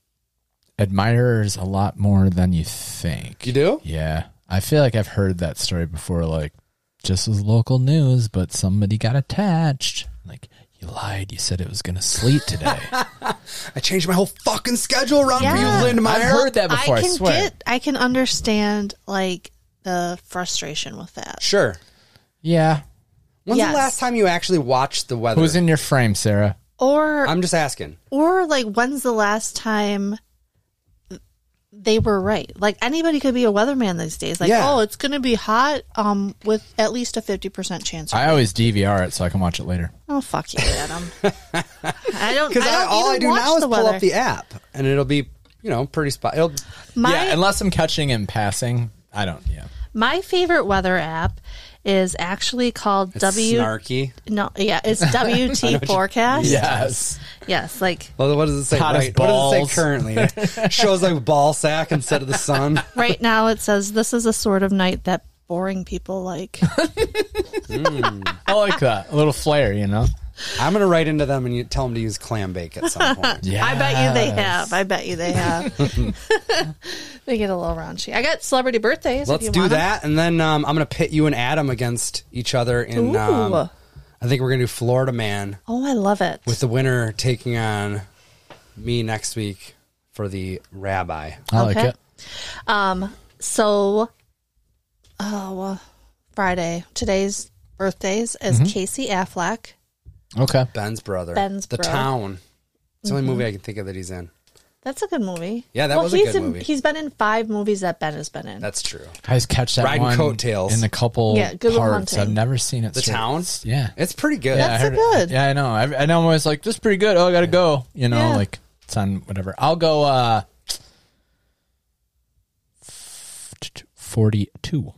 Speaker 2: admirers a lot more than you think.
Speaker 1: You do?
Speaker 2: Yeah. I feel like I've heard that story before, like just as local news, but somebody got attached. Like, you lied. You said it was going to sleet today.
Speaker 1: I changed my whole fucking schedule around
Speaker 3: Yeah.
Speaker 1: for you, Lindmeyer.
Speaker 2: I've heard that before, I,
Speaker 3: I can
Speaker 2: swear.
Speaker 3: get I can understand like the frustration with that.
Speaker 1: Sure.
Speaker 2: yeah.
Speaker 1: When's
Speaker 3: Yes.
Speaker 1: the last time you actually watched the weather?
Speaker 2: Who's in your frame, Sarah?
Speaker 3: Or
Speaker 1: I'm just asking.
Speaker 3: or like when's the last time they were right? Like anybody could be a weatherman these days. Like,
Speaker 1: Yeah.
Speaker 3: oh, it's gonna be hot, um, with at least a fifty percent chance.
Speaker 2: I always DVR it so I can watch it later.
Speaker 3: oh fuck you, Adam. I don't
Speaker 1: Because
Speaker 3: I don't
Speaker 1: all
Speaker 3: even
Speaker 1: I do
Speaker 3: watch
Speaker 1: now is
Speaker 3: the
Speaker 1: pull
Speaker 3: weather.
Speaker 1: up the app, and it'll be, you know, pretty spot. It'll
Speaker 3: my
Speaker 2: yeah, unless I'm catching and passing. I don't. Yeah.
Speaker 3: my favorite weather app is actually called W
Speaker 1: snarky.
Speaker 3: no yeah, it's WT forecast.
Speaker 2: Yes.
Speaker 3: Yes, like
Speaker 1: Well, what does it say?
Speaker 2: Hot as
Speaker 1: Right. What does it
Speaker 2: balls.
Speaker 1: say currently? It shows like ball sack instead of the sun.
Speaker 3: right now it says this is a sort of night that boring people like.
Speaker 2: I like that. A little flair, you know?
Speaker 1: I'm gonna write into them and you tell them to use clam bake at some point.
Speaker 2: Yeah.
Speaker 3: I bet you they have. I bet you they have. they get a little raunchy. I got celebrity birthdays. if
Speaker 1: Let's
Speaker 3: you
Speaker 1: do
Speaker 3: want 'em.
Speaker 1: that, and then um, I'm gonna pit you and Adam against each other in. Um,
Speaker 3: Ooh.
Speaker 1: I think we're gonna do Florida Man
Speaker 3: Oh, I love it.
Speaker 1: with the winner taking on me next week for the rabbi.
Speaker 2: I like
Speaker 3: Okay.
Speaker 2: it.
Speaker 3: um, so, oh, well, Friday. Today's birthdays is
Speaker 1: Mm-hmm.
Speaker 3: Casey Affleck.
Speaker 2: Okay.
Speaker 1: Ben's brother.
Speaker 3: Ben's
Speaker 1: the
Speaker 3: bro. Mm-hmm.
Speaker 1: town. It's the only movie I can think of that he's in.
Speaker 3: That's a good movie.
Speaker 1: Yeah, that
Speaker 3: well,
Speaker 1: was a
Speaker 3: he's
Speaker 1: good
Speaker 3: in,
Speaker 1: movie.
Speaker 3: He's been in five movies that Ben has been in.
Speaker 1: That's true.
Speaker 2: I just catch that
Speaker 1: Riding
Speaker 2: one
Speaker 1: coattails.
Speaker 2: in a couple
Speaker 3: Yeah, Good Will
Speaker 2: parts.
Speaker 3: Hunting.
Speaker 2: I've never seen it.
Speaker 1: The
Speaker 2: straight.
Speaker 1: town.
Speaker 2: Yeah.
Speaker 1: It's pretty good.
Speaker 2: yeah, I
Speaker 3: That's a
Speaker 2: heard it.
Speaker 3: good.
Speaker 2: Yeah, I know. I, and I'm always like, this is pretty good. Oh, I gotta go. You know,
Speaker 3: Yeah.
Speaker 2: like it's on whatever. I'll go. uh Forty-two.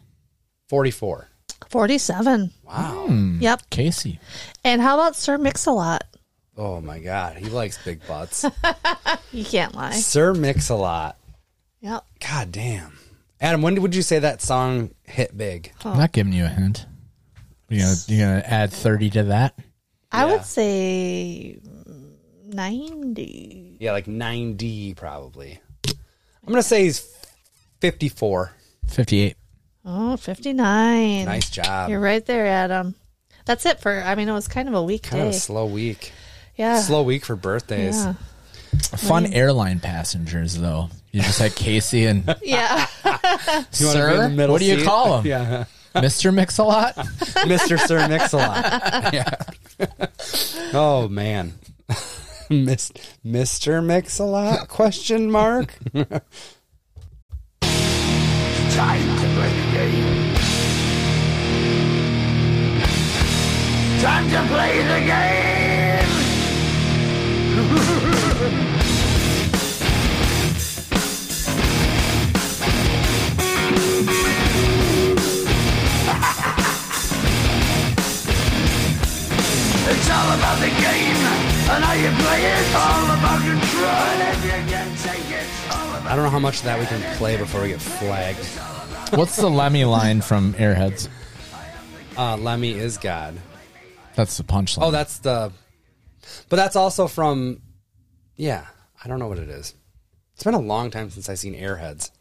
Speaker 1: Forty-four.
Speaker 3: 47.
Speaker 1: Wow.
Speaker 3: Yep.
Speaker 2: Casey.
Speaker 3: And how about Sir Mix-a-Lot?
Speaker 1: Oh my God, he likes big butts.
Speaker 3: You can't lie.
Speaker 1: Sir Mix a Lot.
Speaker 3: Yep.
Speaker 1: God damn. Adam, when would you say that song hit big?
Speaker 2: I'm not giving you a hint. You gonna you gonna add thirty to that?
Speaker 3: I would say 90.
Speaker 1: Yeah, like 90 probably. I'm going to say he's 54.
Speaker 2: Fifty-eight.
Speaker 3: Oh, 59.
Speaker 1: Nice job.
Speaker 3: You're right there, Adam. That's it for, I mean, it was kind of a week
Speaker 1: Kind
Speaker 3: day.
Speaker 1: of a slow week.
Speaker 3: yeah.
Speaker 1: Slow week for birthdays.
Speaker 3: Yeah.
Speaker 2: Fun airline passengers though. You just had Casey and
Speaker 3: yeah.
Speaker 1: You wanna be in
Speaker 2: Sir.
Speaker 1: the middle
Speaker 2: What do you
Speaker 1: seat?
Speaker 2: call him?
Speaker 1: Yeah.
Speaker 2: Mister Mix a Lot.
Speaker 1: Mr. Sir Mix-a-Lot. yeah. oh man. Mis- Mr. Mix-a-Lot? Question mark.
Speaker 5: Time to play the game. Time to play the game.
Speaker 1: I don't know how much of that we can play before we get flagged.
Speaker 2: What's the Lemmy line from Airheads?
Speaker 1: Uh, Lemmy is God.
Speaker 2: That's the punchline.
Speaker 1: Oh, that's the. But that's also from. Yeah, I don't know what it is. It's been a long time since I've seen Airheads.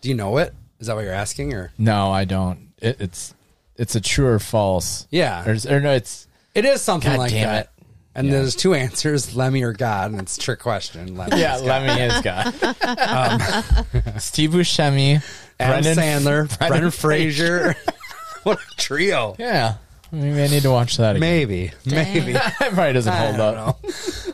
Speaker 1: Do you know it? Is that what you're asking? Or
Speaker 2: no, I don't. It, it's it's a true or false.
Speaker 1: Yeah.
Speaker 2: or, is- or no, it's
Speaker 1: it is something
Speaker 2: God
Speaker 1: like
Speaker 2: damn
Speaker 1: that.
Speaker 2: it.
Speaker 1: And there's two answers: Lemmy or God, and it's a trick question. Lemmy
Speaker 2: yeah.
Speaker 1: is God.
Speaker 2: Lemmy is God. Um, Steve Buscemi,
Speaker 1: Adam
Speaker 2: Brendan
Speaker 1: Sandler, Brendan,
Speaker 2: Brendan
Speaker 1: Fraser. what a trio!
Speaker 2: Yeah, maybe I need to watch that. Again.
Speaker 1: Maybe, maybe.
Speaker 2: that probably doesn't
Speaker 1: I
Speaker 2: hold
Speaker 1: don't
Speaker 2: up.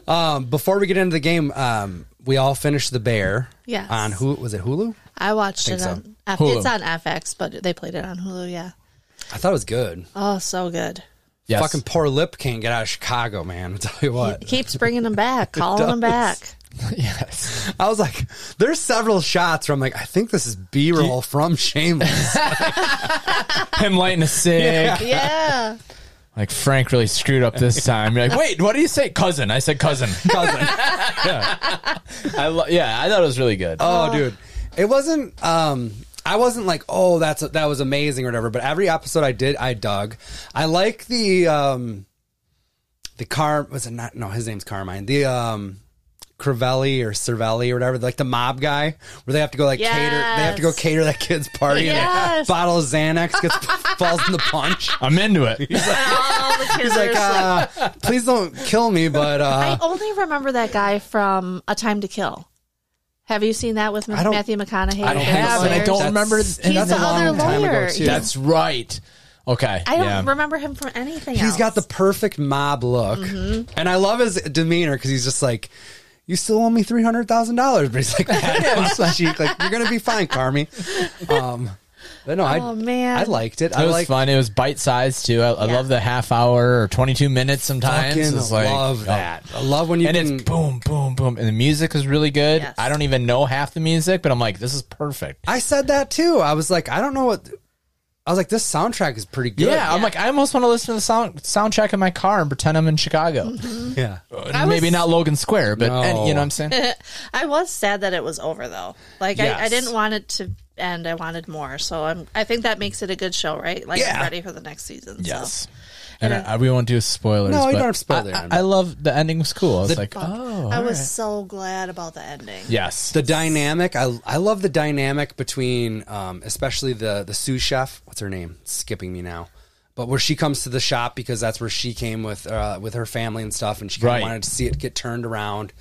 Speaker 1: know. Um, before we get into the game, um, we all finished the bear.
Speaker 3: Yes.
Speaker 1: On who was it? Hulu.
Speaker 3: I watched it
Speaker 1: so.
Speaker 3: on F-
Speaker 2: Hulu.
Speaker 3: it's on FX, but they played it on Hulu. Yeah.
Speaker 1: I thought it was good.
Speaker 3: Oh, so good.
Speaker 2: Yes.
Speaker 1: Fucking poor Lip can't get out of Chicago, man. I tell you what.
Speaker 3: He keeps bringing them back, calling them back.
Speaker 2: yes.
Speaker 1: I was like, there's several shots where I'm like, I think this is B roll from Shameless.
Speaker 2: Him lighting a cig.
Speaker 3: Yeah.
Speaker 2: Like Frank really screwed up this time. You're like, wait, what do you say, cousin? I said cousin.
Speaker 1: Cousin.
Speaker 2: I lo- yeah, I thought it was really good.
Speaker 1: Oh, dude, it wasn't. Um, I wasn't like, oh, that's that was amazing or whatever. But every episode I did, I dug. I like the um, the car was it not? No, his name's Carmine. The um. Crivelli or Cervelli or whatever, like the mob guy, where they have to go like cater, they have to go
Speaker 3: Yes.
Speaker 1: cater that kid's party, and
Speaker 3: Yes.
Speaker 1: a bottle of Xanax gets falls in the punch.
Speaker 2: I'm into it.
Speaker 3: All the kids
Speaker 1: He's
Speaker 3: are
Speaker 1: like,
Speaker 3: just like-
Speaker 1: uh, please don't kill me, but uh,
Speaker 3: I only remember that guy from A Time to Kill. Have you seen that with
Speaker 1: I don't-
Speaker 3: Matthew McConaughey?
Speaker 1: I don't
Speaker 3: and the
Speaker 1: have, and I
Speaker 3: lawyers?
Speaker 1: don't remember
Speaker 2: He's
Speaker 1: and that's
Speaker 3: the
Speaker 1: a long
Speaker 3: other
Speaker 1: time ago,
Speaker 3: lawyer.
Speaker 1: too.
Speaker 3: Yeah.
Speaker 2: That's right. Okay.
Speaker 3: I don't
Speaker 2: yeah.
Speaker 3: remember him from anything.
Speaker 1: He's
Speaker 3: else. Mm-hmm.
Speaker 1: got the perfect mob look, and I love his demeanor because he's just like, "You still owe me three hundred thousand dollars," but he's like, "Pat on the cheek, like you're gonna be fine, Carmi." Um, but no, I,
Speaker 3: Oh, man.
Speaker 1: I liked it.
Speaker 2: It
Speaker 1: I
Speaker 2: was
Speaker 1: like
Speaker 2: fun. It was bite sized too. I, I
Speaker 3: Yeah.
Speaker 2: love the half hour or twenty two minutes. Sometimes
Speaker 1: fucking
Speaker 2: it's like
Speaker 1: love
Speaker 2: oh.
Speaker 1: that. I love when you
Speaker 2: and
Speaker 1: can.
Speaker 2: it's boom, boom, boom, and the music is really good.
Speaker 3: Yes.
Speaker 2: I don't even know half the music, but I'm like, this is perfect.
Speaker 1: I said that too. I was like, I don't know what. I was like, this soundtrack is pretty good.
Speaker 2: Yeah, I'm like, I almost want to listen to the sound soundtrack in my car and pretend I'm in Chicago.
Speaker 3: Mm-hmm.
Speaker 1: yeah.
Speaker 2: And Maybe not Logan Square, but
Speaker 1: No.
Speaker 2: and- you know what I'm saying.
Speaker 3: I was sad that it was over though. Like I, I
Speaker 1: Yes.
Speaker 3: didn't want it to end. I wanted more. So I'm. I think that makes it a good show, right? Like
Speaker 1: Yeah.
Speaker 3: I'm ready for the next season. so.
Speaker 2: yes. And I, we won't do spoilers.
Speaker 1: No, you
Speaker 2: but
Speaker 1: don't have to spoil
Speaker 2: I-
Speaker 1: it.
Speaker 2: I, I love the ending was cool. I was like, oh,
Speaker 3: I
Speaker 2: all
Speaker 3: was
Speaker 2: right.
Speaker 3: so glad about the ending.
Speaker 2: yes.
Speaker 1: The dynamic, I I love the dynamic between, um, especially the the sous chef. What's her name? It's skipping me now. But where she comes to the shop because that's where she came with uh, with her family and stuff, and she kind
Speaker 2: Right.
Speaker 1: of wanted to see it get turned around.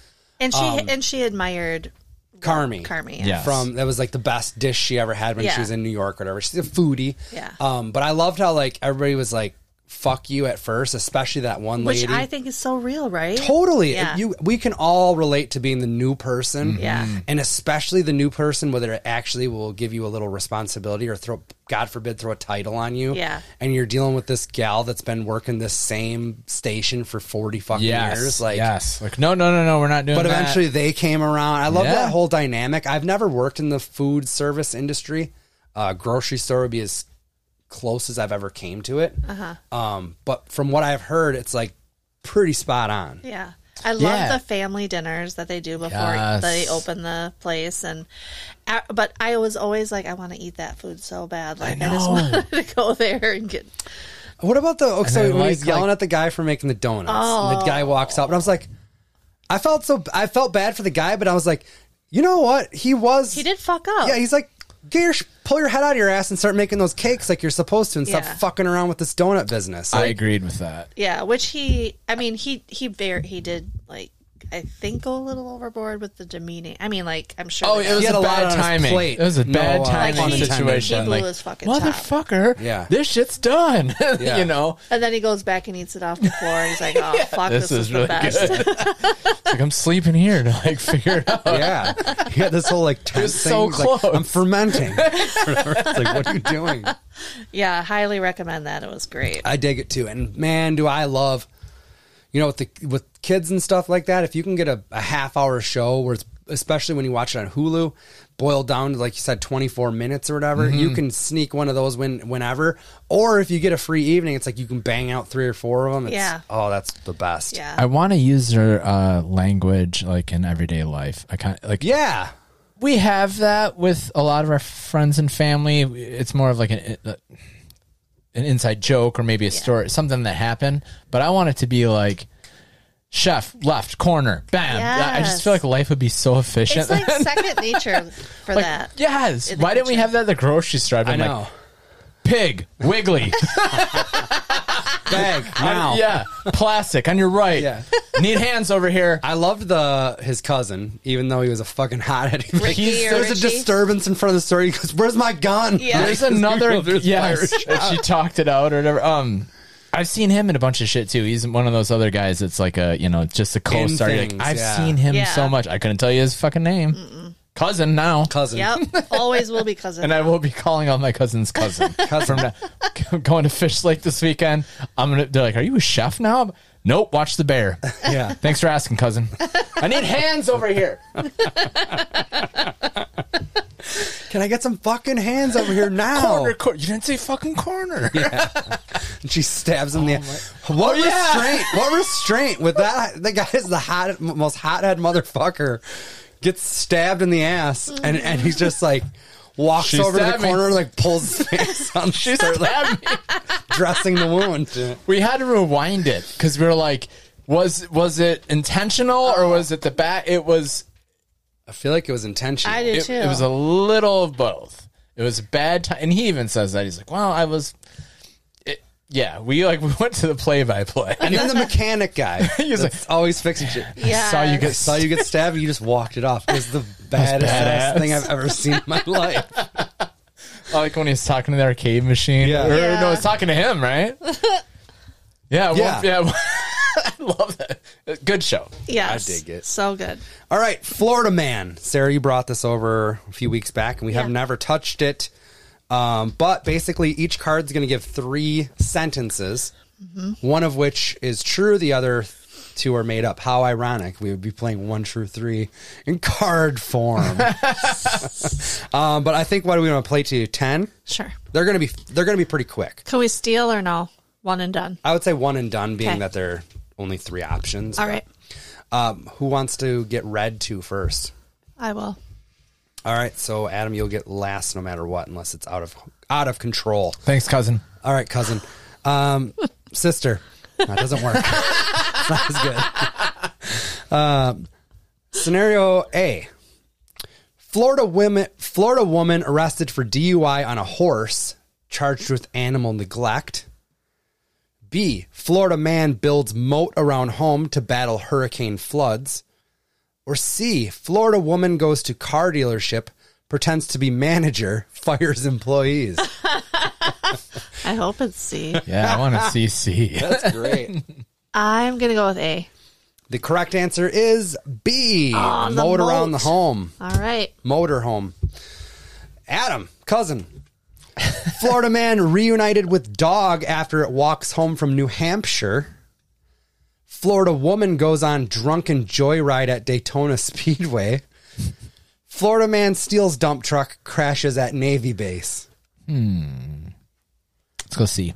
Speaker 3: And she
Speaker 1: Um,
Speaker 3: and she admired
Speaker 1: Carmi,
Speaker 3: Carmi.
Speaker 2: Yeah. Yes.
Speaker 1: from that was like the best dish she ever had when she
Speaker 3: Yeah.
Speaker 1: was in New York, or whatever. She's a foodie.
Speaker 3: Yeah.
Speaker 1: Um, but I loved how like everybody was like "fuck you" at first, especially that one
Speaker 3: Which
Speaker 1: lady.
Speaker 3: I think is so real, right?
Speaker 1: Totally.
Speaker 3: Yeah.
Speaker 1: You we can all relate to being the new person.
Speaker 3: Yeah. Mhm.
Speaker 1: And especially the new person whether it actually will give you a little responsibility or throw God forbid throw a title on you.
Speaker 3: Yeah.
Speaker 1: And you're dealing with this gal that's been working this same station for 40 fucking
Speaker 2: yes.
Speaker 1: years like
Speaker 2: yes. Like, no, no, no, no. We're not doing.
Speaker 1: But
Speaker 2: that.
Speaker 1: eventually they came around. I love
Speaker 2: Yeah.
Speaker 1: that whole dynamic. I've never worked in the food service industry. Uh, grocery store would be as close as I've ever came to it. Uh-huh. Um, but from what I've heard, it's like pretty spot on.
Speaker 3: Yeah. I love
Speaker 2: Yeah.
Speaker 3: the family dinners that they do before
Speaker 2: Yes.
Speaker 3: they open the place, and uh, but I was always like, I want to eat that food so bad. Like I, just
Speaker 2: know.
Speaker 3: wanted to go there and get.
Speaker 1: What about the okay, so
Speaker 2: then,
Speaker 1: when
Speaker 2: like-
Speaker 1: he's yelling
Speaker 2: like-
Speaker 1: at the guy for making the donuts? And
Speaker 3: Oh.
Speaker 1: the guy walks up, and I was like, I felt so I felt bad for the guy, but I was like, you know what? He was
Speaker 3: He did fuck up.
Speaker 1: Yeah, he's like, get your sh- pull your head out of your ass and start making those cakes like you're supposed to, and
Speaker 3: Yeah.
Speaker 1: stop fucking around with this donut business.
Speaker 2: I
Speaker 1: Like,
Speaker 2: agreed with that.
Speaker 3: Yeah, which he, I mean, he he very he did like I think go a little overboard with the demeaning. I mean, like I'm sure.
Speaker 2: Oh,
Speaker 3: the
Speaker 2: it
Speaker 1: He
Speaker 2: was
Speaker 3: guy-
Speaker 1: had a
Speaker 2: a,
Speaker 1: lot
Speaker 2: bad
Speaker 1: on his
Speaker 2: timing.
Speaker 1: plate.
Speaker 2: It was a
Speaker 1: No,
Speaker 2: bad
Speaker 1: uh,
Speaker 2: timing
Speaker 3: Like, he-
Speaker 2: situation.
Speaker 3: he blew
Speaker 2: like,
Speaker 3: his fucking top.
Speaker 2: motherfucker,
Speaker 1: Yeah.
Speaker 2: this shit's done.
Speaker 1: Yeah.
Speaker 2: you know,
Speaker 3: and then he goes back and eats it off the floor. And he's like, oh fuck, this, is, the
Speaker 2: really
Speaker 3: best.
Speaker 2: good. it's like I'm sleeping here to like figure it out.
Speaker 1: yeah, he had this whole like tense
Speaker 2: was
Speaker 1: thing.
Speaker 2: so
Speaker 1: He's like,
Speaker 2: close.
Speaker 1: I'm fermenting. it's like, what are you doing?
Speaker 3: Yeah, highly recommend that. It was great.
Speaker 1: I dig it too. And man, do I love, you know, with the with kids and stuff like that. If you can get a, a half hour show where it's especially when you watch it on Hulu, boiled down to like you said, twenty four minutes or whatever. You
Speaker 2: Mm-hmm.
Speaker 1: can sneak one of those when whenever, or if you get a free evening, it's like you can bang out three or four of them. It's,
Speaker 4: Yeah.
Speaker 1: Oh, that's the best.
Speaker 4: Yeah.
Speaker 2: I want to use their uh, language like in everyday life. I kind like
Speaker 1: Yeah.
Speaker 2: we have that with a lot of our friends and family. It's more of like an uh, an inside joke or maybe a story, something that happened. But I want it to be like chef left corner, bam. I just
Speaker 4: Yes.
Speaker 2: feel like life would be so
Speaker 4: It's
Speaker 2: efficient.
Speaker 4: like second nature for
Speaker 2: Like,
Speaker 4: that.
Speaker 2: Yes.
Speaker 4: In the
Speaker 2: Why didn't we
Speaker 4: kitchen.
Speaker 2: have that at the grocery store? I've
Speaker 1: I
Speaker 2: been
Speaker 1: know.
Speaker 2: like pig, wiggly,
Speaker 1: Bag now.
Speaker 2: yeah, plastic on your right.
Speaker 1: Yeah.
Speaker 2: Need hands over here.
Speaker 1: I loved the his cousin, even though he was a fucking hothead. He was like,
Speaker 4: Ricky
Speaker 1: "He's-
Speaker 4: or
Speaker 1: there's a
Speaker 4: Richie?"
Speaker 1: disturbance in front of the store. He goes, "Where's my gun?"
Speaker 4: Yeah.
Speaker 2: There's another
Speaker 1: There's
Speaker 2: yes,
Speaker 1: fire.
Speaker 2: if she talked it out or whatever. Um, I've seen him in a bunch of shit too. He's one of those other guys that's like a you know just a co-star. You're like,
Speaker 1: things,
Speaker 2: I've
Speaker 1: yeah.
Speaker 2: seen him
Speaker 4: Yeah.
Speaker 2: so much. I couldn't tell you his fucking name. Cousin now,
Speaker 1: Cousin.
Speaker 4: Yep. Always will be cousin.
Speaker 2: and I will be calling all my cousins cousin.
Speaker 1: Cousin.
Speaker 2: I'm going to Fish Lake this weekend. I'm gonna. They're like, are you a chef now? I'm- Nope. Watch the bear.
Speaker 1: yeah.
Speaker 2: Thanks for asking, cousin. I need hands over here.
Speaker 1: Can I get some fucking hands over here now?
Speaker 2: Corner, cor- you didn't say fucking corner.
Speaker 1: And she stabs
Speaker 2: Oh
Speaker 1: him in the What restraint? What restraint? With that, the guy is the hot, most hothead motherfucker. Gets stabbed in the ass, and and he's just like walks
Speaker 2: She
Speaker 1: over to the
Speaker 2: stabbed me.
Speaker 1: corner, like pulls his face on,
Speaker 2: She
Speaker 1: start like
Speaker 2: stabbed me.
Speaker 1: dressing the wound.
Speaker 2: we had to rewind it because we were like, was was it intentional or was it the bat? It was.
Speaker 1: I feel like it was intentional.
Speaker 4: I do
Speaker 2: It,
Speaker 4: too.
Speaker 2: it was a little of both. It was a bad time, and he even says that he's like, "Well, I was." It, yeah, we like we went to the play-by-play.
Speaker 1: And then the mechanic guy,
Speaker 2: He's
Speaker 1: that's always fixing shit.
Speaker 4: Yes.
Speaker 2: Saw you get
Speaker 1: Saw you get stabbed, you just walked it off. It was the baddest ass
Speaker 2: badass.
Speaker 1: thing I've ever seen in my life.
Speaker 2: like when he's talking to the arcade machine.
Speaker 1: Yeah.
Speaker 2: Or,
Speaker 4: Yeah.
Speaker 2: No, he's talking to him, right? yeah. Well,
Speaker 1: Yeah.
Speaker 2: yeah. I love that. Good show.
Speaker 3: Yes.
Speaker 1: I dig it.
Speaker 3: So good.
Speaker 1: All right, Florida Man. Sarah, you brought this over a few weeks back, and we have
Speaker 3: Yeah.
Speaker 1: never touched it. Um, but basically, each card's going to give three sentences,
Speaker 3: Mm-hmm.
Speaker 1: one of which is true, the other two are made up. How ironic. We would be playing one true three in card form. um, but I think what do we want to play to? 10?
Speaker 3: Sure.
Speaker 1: They're going to be they're going to be pretty quick.
Speaker 3: Can we steal or no? One and done.
Speaker 1: I would say one and done being
Speaker 3: Okay.
Speaker 1: that there are only three options.
Speaker 3: All right.
Speaker 1: Um, who wants to get read to first?
Speaker 3: I will.
Speaker 1: All right, so Adam, you'll get last no matter what, unless it's out of out of control.
Speaker 2: Thanks, cousin.
Speaker 1: All right, cousin, um, sister, that doesn't work. That's good. Um, Uh, scenario A: Florida women, Florida woman arrested for DUI on a horse, charged with animal neglect. B: Florida man builds moat around home to battle hurricane floods. Or C, Florida woman goes to car dealership, pretends to be manager, fires employees.
Speaker 3: I hope it's C.
Speaker 2: Yeah, I want to CC.
Speaker 1: That's great.
Speaker 3: I'm going to go with A.
Speaker 1: The correct answer is B,
Speaker 3: Ah, the
Speaker 1: moat around the
Speaker 3: moat.
Speaker 1: home,
Speaker 3: All right.
Speaker 1: motor home. Adam, cousin. Florida man reunited with dog after it walks home from New Hampshire. Florida woman goes on drunken joyride at Daytona Speedway. Florida man steals dump truck, crashes at Navy base.
Speaker 2: Let's go see.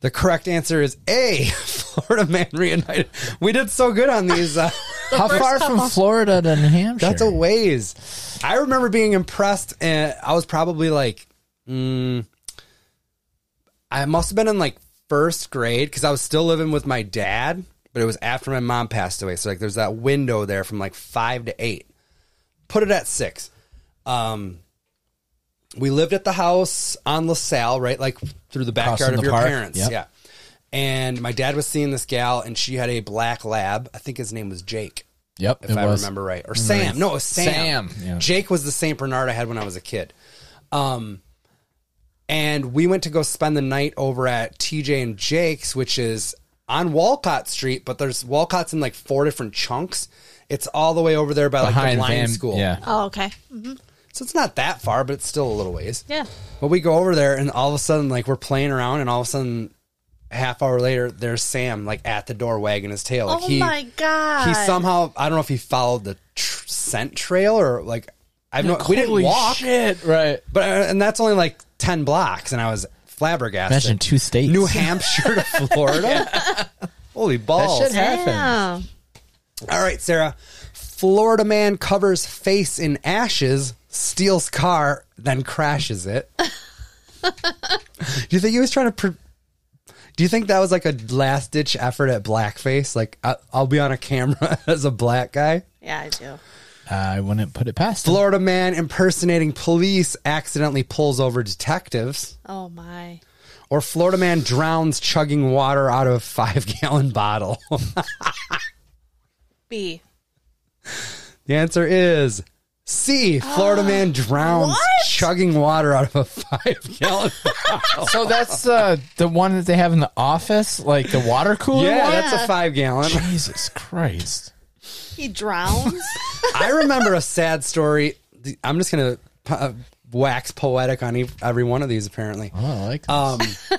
Speaker 1: The correct answer is A. Florida man reunited. We did so good on these. Uh,
Speaker 2: How far from Florida to New Hampshire?
Speaker 1: that's a ways. I remember being impressed, and I was probably like, mm, I must have been in like first grade because I was still living with my dad, but it was after my mom passed away. So like, there's that window there from like five to eight. Put it at six. Um, we lived at the house on LaSalle, right? Like through the
Speaker 2: Across
Speaker 1: backyard
Speaker 2: from
Speaker 1: of
Speaker 2: the
Speaker 1: your
Speaker 2: park.
Speaker 1: parents.
Speaker 2: Yep.
Speaker 1: Yeah. And my dad was seeing this gal, and she had a black lab. I think his name was Jake,
Speaker 2: Yep,
Speaker 1: if
Speaker 2: it
Speaker 1: I
Speaker 2: was.
Speaker 1: remember right. Or Sam. No, it was Sam.
Speaker 2: Sam, yeah.
Speaker 1: Jake was the St. Bernard I had when I was a kid. Um, and we went to go spend the night over at TJ and Jake's, which is on Walcott Street, but there's Walcott's in like four different chunks. It's all the way over there by like
Speaker 2: Behind
Speaker 1: the line
Speaker 2: Van-
Speaker 1: school.
Speaker 2: Yeah,
Speaker 3: Oh, okay.
Speaker 1: So it's not that far, but it's still a little ways.
Speaker 3: Yeah.
Speaker 1: But we go over there, and all of a sudden, like we're playing around, and all of a sudden, half hour later, there's Sam like at the door wagging his tail. Like
Speaker 4: Oh
Speaker 1: he,
Speaker 4: my God.
Speaker 1: He somehow I don't know if he followed the tr- scent trail or like I've no. We didn't
Speaker 2: Holy
Speaker 1: walk,
Speaker 2: shit, right?
Speaker 1: but uh, and that's only like ten blocks, and I was flabbergasted.
Speaker 2: Imagine two states.
Speaker 1: New Hampshire to Florida. Holy balls!
Speaker 2: shit happened.
Speaker 4: Damn.
Speaker 1: All right, Sarah. Florida man covers face in ashes, steals car, then crashes it. Do you think he was trying to? Pre- Do you think that was like a last ditch effort at blackface? Like I- I'll be on a camera as a black guy.
Speaker 4: Yeah, I do.
Speaker 2: Uh, I wouldn't put it past. him.
Speaker 1: Florida man impersonating police accidentally pulls over detectives,
Speaker 4: Oh my.
Speaker 1: or Florida man drowns chugging water out of a five gallon bottle.
Speaker 4: B.
Speaker 1: The answer is C. Florida man drowns chugging water out of a five gallon bottle.
Speaker 2: So that's uh, the one that they have in the office, like the water cooler.
Speaker 1: yeah,
Speaker 2: one?
Speaker 1: that's a five gallon.
Speaker 2: Jesus Christ.
Speaker 4: He drowns.
Speaker 1: I remember a sad story. The- I'm just going to uh, wax poetic on e- every one of these, apparently. Um,
Speaker 2: Oh, I like. This.
Speaker 1: Do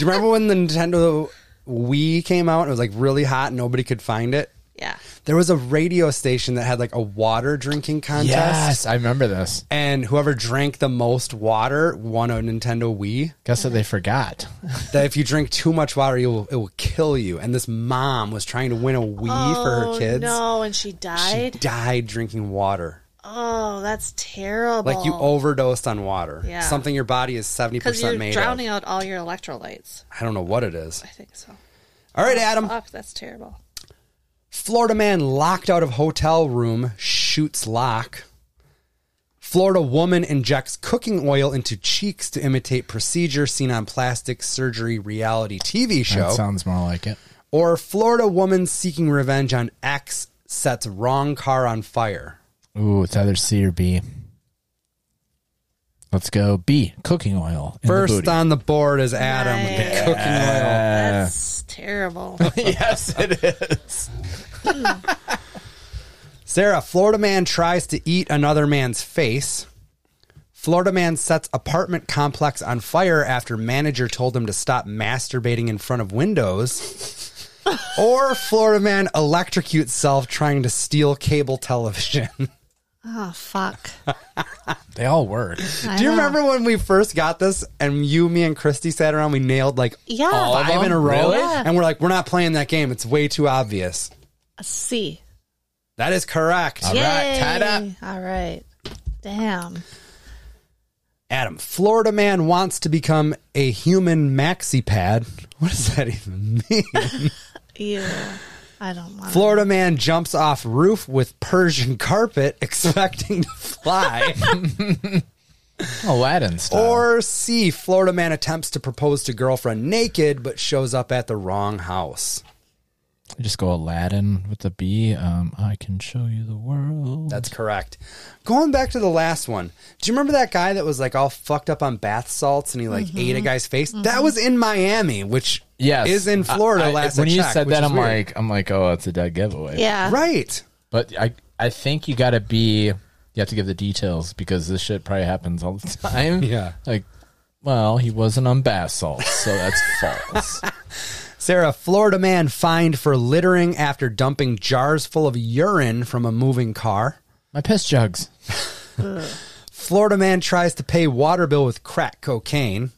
Speaker 1: you remember when the Nintendo Wii came out? It was like really hot and nobody could find it.
Speaker 4: yeah.
Speaker 1: There was a radio station that had like a water drinking contest.
Speaker 2: yes, I remember this.
Speaker 1: And whoever drank the most water won a Nintendo Wii.
Speaker 2: Guess that they forgot.
Speaker 1: that if you drink too much water, you will, it will kill you. And this mom was trying to win a Wii for her
Speaker 4: Oh,
Speaker 1: kids.
Speaker 4: No, and she
Speaker 1: She
Speaker 4: died.
Speaker 1: died drinking water.
Speaker 4: oh, that's terrible.
Speaker 1: Like you overdosed on water.
Speaker 4: Oh. Yeah.
Speaker 1: Something your body is 70%
Speaker 4: because you're
Speaker 1: made
Speaker 4: drowning
Speaker 1: of.
Speaker 4: out all your electrolytes.
Speaker 1: I don't know what it is.
Speaker 4: I think so.
Speaker 1: All right, Adam.
Speaker 4: Fuck, that's terrible.
Speaker 1: Florida man locked out of hotel room shoots lock. Florida woman injects cooking oil into cheeks to imitate procedure seen on plastic surgery reality TV show.
Speaker 2: That sounds more like it.
Speaker 1: Or Florida woman seeking revenge on ex sets wrong car on fire.
Speaker 2: Ooh, it's either C or B. Let's go B. Cooking oil. in the
Speaker 1: First
Speaker 2: booty.
Speaker 1: on the board is Adam with the
Speaker 4: Nice.
Speaker 1: cooking oil.
Speaker 4: That's terrible.
Speaker 2: yes, it is.
Speaker 1: Sarah, Florida man tries to eat another man's face. Florida man sets apartment complex on fire after manager told him to stop masturbating in front of windows. or Florida man electrocutes self trying to steal cable television.
Speaker 4: oh fuck.
Speaker 2: They all work.
Speaker 4: I
Speaker 1: Do you
Speaker 4: know.
Speaker 1: remember when we first got this and you, me, and Christy sat around? We nailed like
Speaker 4: Yeah. All
Speaker 2: of
Speaker 1: five in
Speaker 2: them?
Speaker 1: a row.
Speaker 2: Really?
Speaker 4: Yeah.
Speaker 1: And we're like, we're not playing that game. It's way too obvious.
Speaker 4: C.
Speaker 1: That is correct.
Speaker 2: All right, tied up.
Speaker 4: Yay. All right. Damn.
Speaker 1: Adam, Florida man wants to become a human maxi pad. What does that even mean?
Speaker 4: Ew. I don't want.
Speaker 1: Florida man jumps off roof with Persian carpet expecting to fly.
Speaker 2: Aladdin style.
Speaker 1: or C, Florida man attempts to propose to girlfriend naked but shows up at the wrong house.
Speaker 2: just go Aladdin with the B. Um, I can show you the world.
Speaker 1: That's correct. Going back to the last one, do you remember that guy that was like all fucked up on bath salts and he like ate a guy's face? That was in Miami, which
Speaker 2: Mm-hmm. yes,
Speaker 1: is in Florida.
Speaker 2: I- I-
Speaker 1: last
Speaker 2: when
Speaker 1: I
Speaker 2: you
Speaker 1: checked,
Speaker 2: said
Speaker 1: which
Speaker 2: that,
Speaker 1: is
Speaker 2: I'm
Speaker 1: weird.
Speaker 2: like, I'm like, oh, it's a dead giveaway.
Speaker 4: Yeah.
Speaker 1: right.
Speaker 2: But I, I think you got to be, you have to give the details because this shit probably happens all the time.
Speaker 1: Yeah.
Speaker 2: Like, well, he wasn't on bath salts, so that's false.
Speaker 1: Sarah, Florida man fined for littering after dumping jars full of urine from a moving car.
Speaker 2: My piss jugs.
Speaker 1: Florida man tries to pay water bill with crack cocaine.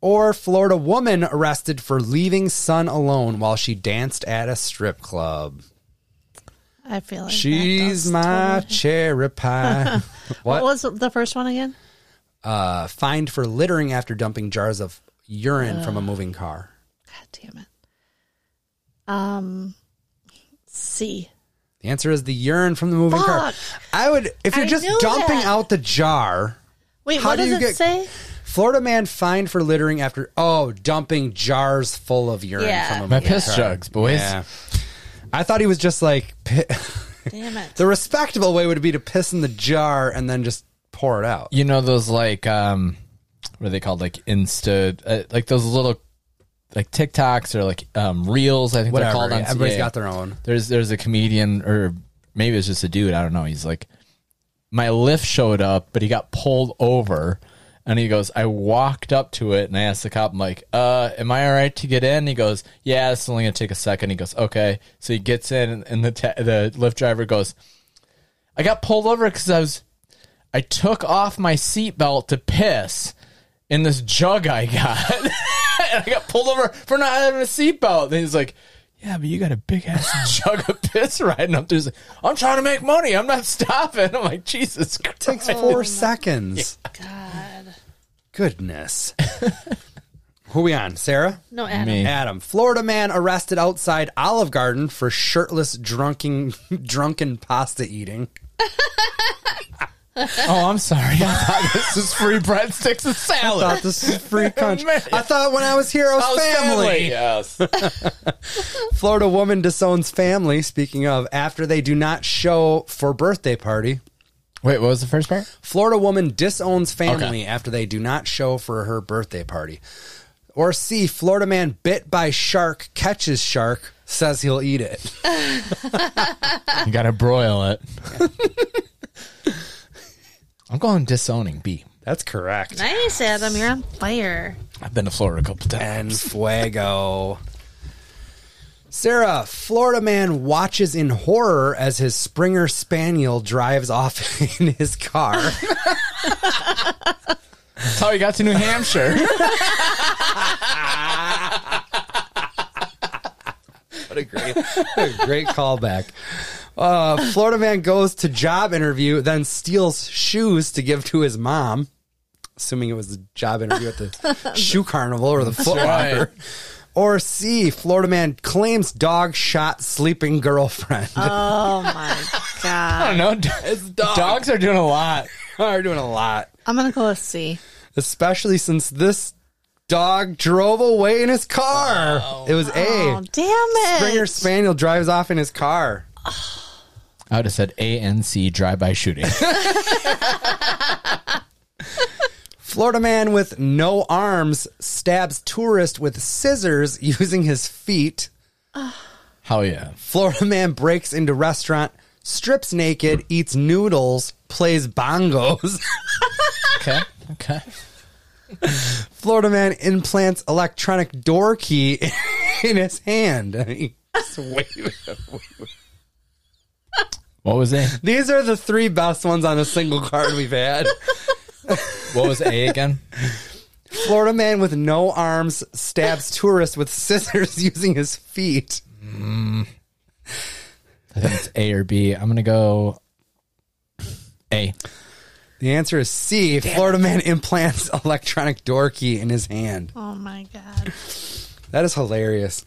Speaker 1: Or Florida woman arrested for leaving son alone while she danced at a strip club.
Speaker 4: I feel like that
Speaker 1: She's
Speaker 4: does
Speaker 1: my
Speaker 4: totally-
Speaker 1: cherry pie.
Speaker 4: What?
Speaker 1: what?
Speaker 4: was the first one again?
Speaker 1: Uh, fined for littering after dumping jars of urine from a moving car.
Speaker 4: God damn it. Um, C.
Speaker 1: The answer is the urine from the moving car.
Speaker 4: Fuck.
Speaker 1: I would, if you're
Speaker 4: I
Speaker 1: just
Speaker 4: knew
Speaker 1: dumping
Speaker 4: that.
Speaker 1: out the jar,
Speaker 4: Wait,
Speaker 1: How
Speaker 4: what
Speaker 1: do
Speaker 4: does
Speaker 1: you
Speaker 4: it
Speaker 1: get-
Speaker 4: say?
Speaker 1: Florida man fined for littering after oh dumping jars full of urine
Speaker 4: Yeah.
Speaker 1: from a
Speaker 2: My
Speaker 1: moving
Speaker 2: piss
Speaker 1: car.
Speaker 2: jugs, boys.
Speaker 1: Yeah. I thought he was just like pi-
Speaker 4: Damn it.
Speaker 1: the respectable way would be to piss in the jar and then just pour it out.
Speaker 2: You know those like um, what are they called? Like Insta, uh, like those little like TikToks or like um reels. I think
Speaker 1: Whatever.
Speaker 2: they're called.
Speaker 1: yeah,
Speaker 2: On
Speaker 1: Everybody's
Speaker 2: yeah.
Speaker 1: got their own.
Speaker 2: There's there's a comedian or maybe it's just a dude. I don't know. He's like, my lift showed up, but he got pulled over, And he goes, I walked up to it and I asked the cop, I'm like, uh, am I all right to get in? He goes, yeah, it's only going to take a second. He goes, okay. So he gets in and, and the, ta- the lift driver goes, I got pulled over because I was, I took off my seatbelt to piss in this jug I got. and I got pulled over for not having a seatbelt. And he's like, yeah, but you got a big ass jug of piss riding up there. He's like, I'm trying to make money. I'm not stopping. I'm like, Jesus Christ.
Speaker 1: takes four seconds.
Speaker 4: God.
Speaker 1: Goodness. Who we on? Sarah?
Speaker 4: No, Adam.
Speaker 2: Me.
Speaker 1: Adam. Florida man arrested outside Olive Garden for shirtless drunken drunken pasta eating.
Speaker 2: Oh, I'm sorry. I thought this was free breadsticks and
Speaker 1: I
Speaker 2: salad.
Speaker 1: thought this was free country.
Speaker 2: Man.
Speaker 1: I thought when I was here I was,
Speaker 2: Oh, it's
Speaker 1: family.
Speaker 2: Yes.
Speaker 1: Florida woman disowns family, speaking of, after they do not show for birthday party.
Speaker 2: Wait, what was the first part?
Speaker 1: Florida woman disowns family
Speaker 2: Okay.
Speaker 1: after they do not show for her birthday party. Or C, Florida man bit by shark catches shark, says he'll eat it.
Speaker 2: You gotta broil it. I'm going disowning B.
Speaker 1: That's correct.
Speaker 4: Nice, Adam. You're on fire.
Speaker 2: I've been to Florida a couple times.
Speaker 1: And fuego. Sarah, Florida man watches in horror as his Springer Spaniel drives off in his car.
Speaker 2: That's how we Oh, got to New Hampshire.
Speaker 1: What a great, what a great callback. Uh, Florida man goes to job interview, then steals shoes to give to his mom. Assuming it was the job interview at the shoe carnival or the foot
Speaker 2: right.
Speaker 1: locker. Or C, Florida man claims dog shot sleeping girlfriend.
Speaker 4: Oh, my God.
Speaker 2: I don't know. Dogs are doing a lot.
Speaker 1: We're doing a lot.
Speaker 4: I'm going to go with C.
Speaker 1: Especially since this dog drove away in his car. It was
Speaker 4: Oh, damn it.
Speaker 1: A. Springer Spaniel drives off in his car.
Speaker 2: I would have said A and C drive-by shooting.
Speaker 1: Florida man with no arms stabs tourist with scissors using his feet.
Speaker 2: Hell yeah.
Speaker 1: Florida man breaks into restaurant, strips naked, eats noodles, plays bongos.
Speaker 2: Okay. Okay.
Speaker 1: Florida man implants electronic door key in his hand. I mean, just wave it.
Speaker 2: What was A?
Speaker 1: These are the three best ones on a single card we've had.
Speaker 2: What was A again?
Speaker 1: Florida man with no arms stabs tourist with scissors using his feet.
Speaker 2: I think it's A or B. I'm gonna go A.
Speaker 1: The answer is C. Florida man implants electronic door key in his hand.
Speaker 4: Oh, my God.
Speaker 1: That is hilarious.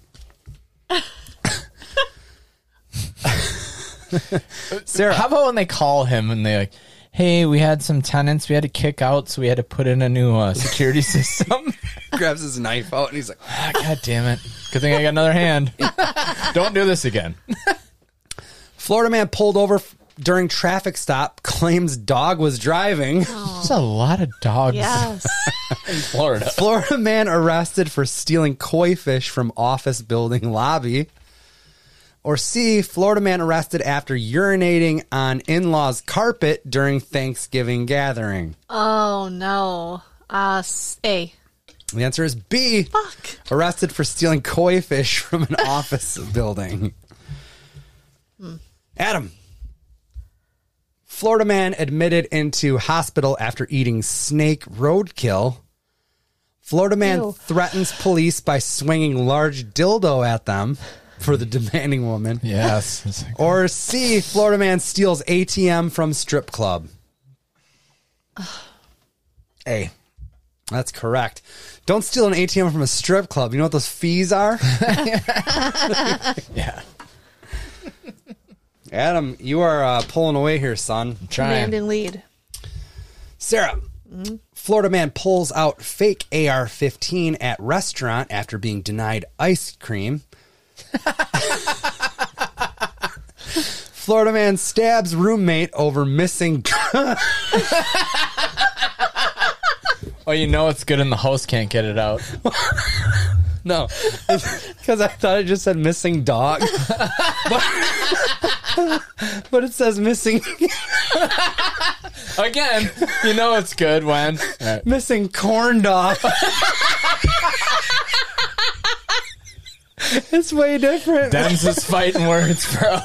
Speaker 1: Sarah,
Speaker 2: How about when they call him and they like, hey, we had some tenants we had to kick out, so we had to put in a new uh, security system.
Speaker 1: grabs his knife out and he's like,
Speaker 2: Ah, God damn it! Good thing I got another hand. Don't do this again.
Speaker 1: Florida man pulled over f- during traffic stop, claims dog was driving.
Speaker 2: There's a lot of dogs
Speaker 4: Yes.
Speaker 2: in Florida.
Speaker 1: Florida man arrested for stealing koi fish from office building lobby. Or C, Florida man arrested after urinating on in law's carpet during Thanksgiving gathering.
Speaker 4: oh, no. Uh, s- A.
Speaker 1: The answer is B.
Speaker 4: Fuck.
Speaker 1: Arrested for stealing koi fish from an office building. Adam. Florida man admitted into hospital after eating snake roadkill. Florida man
Speaker 4: Ew.
Speaker 1: threatens police by swinging large dildo at them for the demanding woman.
Speaker 2: Yes. It's like-
Speaker 1: Or C, Florida man steals ATM from strip club. A. That's correct. Don't steal an ATM from a strip club. You know what those fees are?
Speaker 2: yeah.
Speaker 1: Adam, you are uh, pulling away here, son.
Speaker 2: Trying.
Speaker 4: Commanding lead.
Speaker 1: Sarah. Florida man pulls out fake AR 15 at restaurant after being denied ice cream. Florida man stabs roommate over missing
Speaker 2: Oh, you know it's good, and the host can't get it out.
Speaker 1: No, because I thought it just said missing dog, but, but it says missing.
Speaker 2: Again, you know it's good when.
Speaker 1: Missing corn dog. it's way different.
Speaker 2: Them's is fighting words, bro.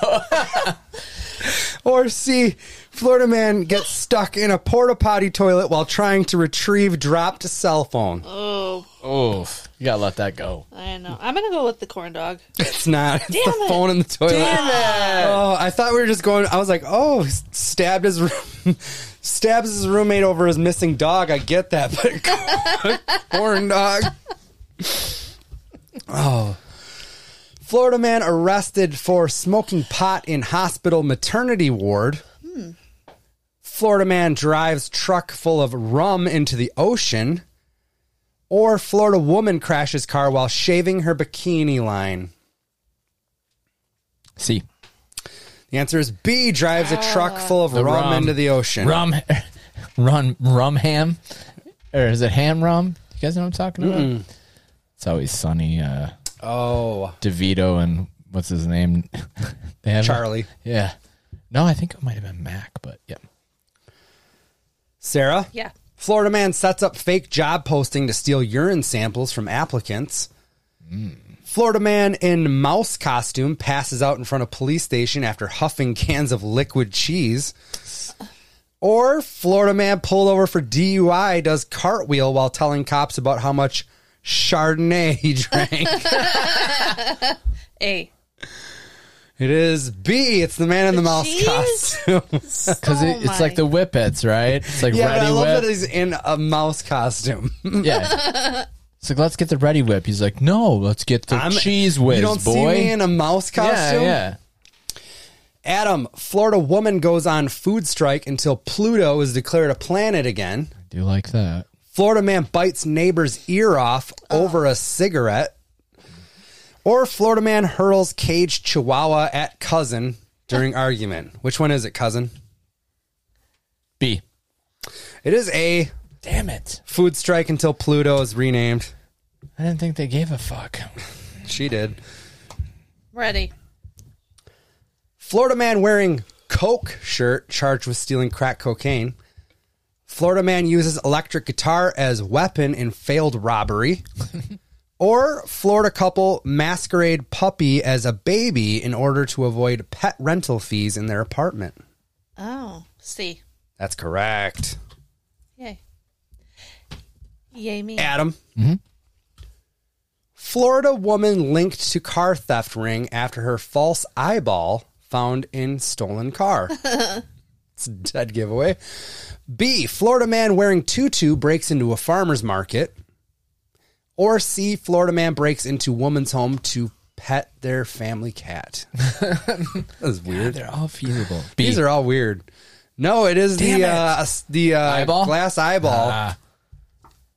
Speaker 1: Or C, Florida man gets stuck in a porta potty toilet while trying to retrieve dropped cell phone.
Speaker 3: Oh.
Speaker 2: Oof. You gotta let that go.
Speaker 3: I know. I'm gonna go with the corn dog.
Speaker 1: It's not. It's the
Speaker 3: it.
Speaker 1: phone in the toilet.
Speaker 2: Damn it.
Speaker 1: Oh, I thought we were just going. I was like, oh, he stabbed his room, stabs his roommate over his missing dog. I get that, but corn dog. Oh, Florida man arrested for smoking pot in hospital maternity ward. Florida man drives truck full of rum into the ocean. Or Florida woman crashes car while shaving her bikini line.
Speaker 2: See,
Speaker 1: The answer is B drives a truck full of rum,
Speaker 2: rum.
Speaker 1: into the ocean.
Speaker 2: rum, run, rum ham, or is it ham rum? You guys know what I'm talking about? It's always sunny. Uh,
Speaker 1: Oh,
Speaker 2: DeVito and what's his name? they have
Speaker 1: Charlie.
Speaker 2: yeah. No, I think it might have been Mac, but yeah.
Speaker 1: Sarah?
Speaker 3: Yeah.
Speaker 1: Florida man sets up fake job posting to steal urine samples from applicants. Florida man in mouse costume passes out in front of police station after huffing cans of liquid cheese. Or Florida man pulled over for DUI does cartwheel while telling cops about how much Chardonnay he drank.
Speaker 3: A.
Speaker 1: it is B. It's the man in the mouse
Speaker 3: Jeez.
Speaker 1: costume.
Speaker 2: Because it, it's like the whippets, right? It's like
Speaker 1: Yeah, but I
Speaker 2: ready
Speaker 1: love
Speaker 2: whip.
Speaker 1: that he's in a mouse costume.
Speaker 2: yeah. It's like let's get the ready whip. He's like, no, let's get the cheese whiz,
Speaker 1: you don't
Speaker 2: boy.
Speaker 1: see me in a mouse
Speaker 2: yeah,
Speaker 1: costume.
Speaker 2: yeah.
Speaker 1: Adam, Florida woman goes on food strike until Pluto is declared a planet again.
Speaker 2: I do like that.
Speaker 1: Florida man bites neighbor's ear off
Speaker 2: Oh.
Speaker 1: over a cigarette. Or Florida man hurls caged chihuahua at cousin during argument. Which one is it, cousin?
Speaker 2: B.
Speaker 1: It is a
Speaker 2: Damn it!
Speaker 1: food strike until Pluto is renamed.
Speaker 2: I didn't think they gave a fuck.
Speaker 1: She did.
Speaker 3: Ready.
Speaker 1: Florida man wearing Coke shirt charged with stealing crack cocaine. Florida man uses electric guitar as weapon in failed robbery. or Florida couple masquerade puppy as a baby in order to avoid pet rental fees in their apartment.
Speaker 3: Oh, C.
Speaker 1: That's correct.
Speaker 3: Yay. Yay me.
Speaker 1: Adam.
Speaker 2: Mm-hmm.
Speaker 1: Florida woman linked to car theft ring after her false eyeball found in stolen car. it's a dead giveaway. B. Florida man wearing tutu breaks into a farmer's market. Or C. Florida man breaks into woman's home to pet their family cat. that was weird.
Speaker 2: They're all feasible. B.
Speaker 1: These are all weird. No, it is
Speaker 2: Damn
Speaker 1: the
Speaker 2: it.
Speaker 1: uh, the uh,
Speaker 2: Eyeball? Ah.
Speaker 1: glass eyeball.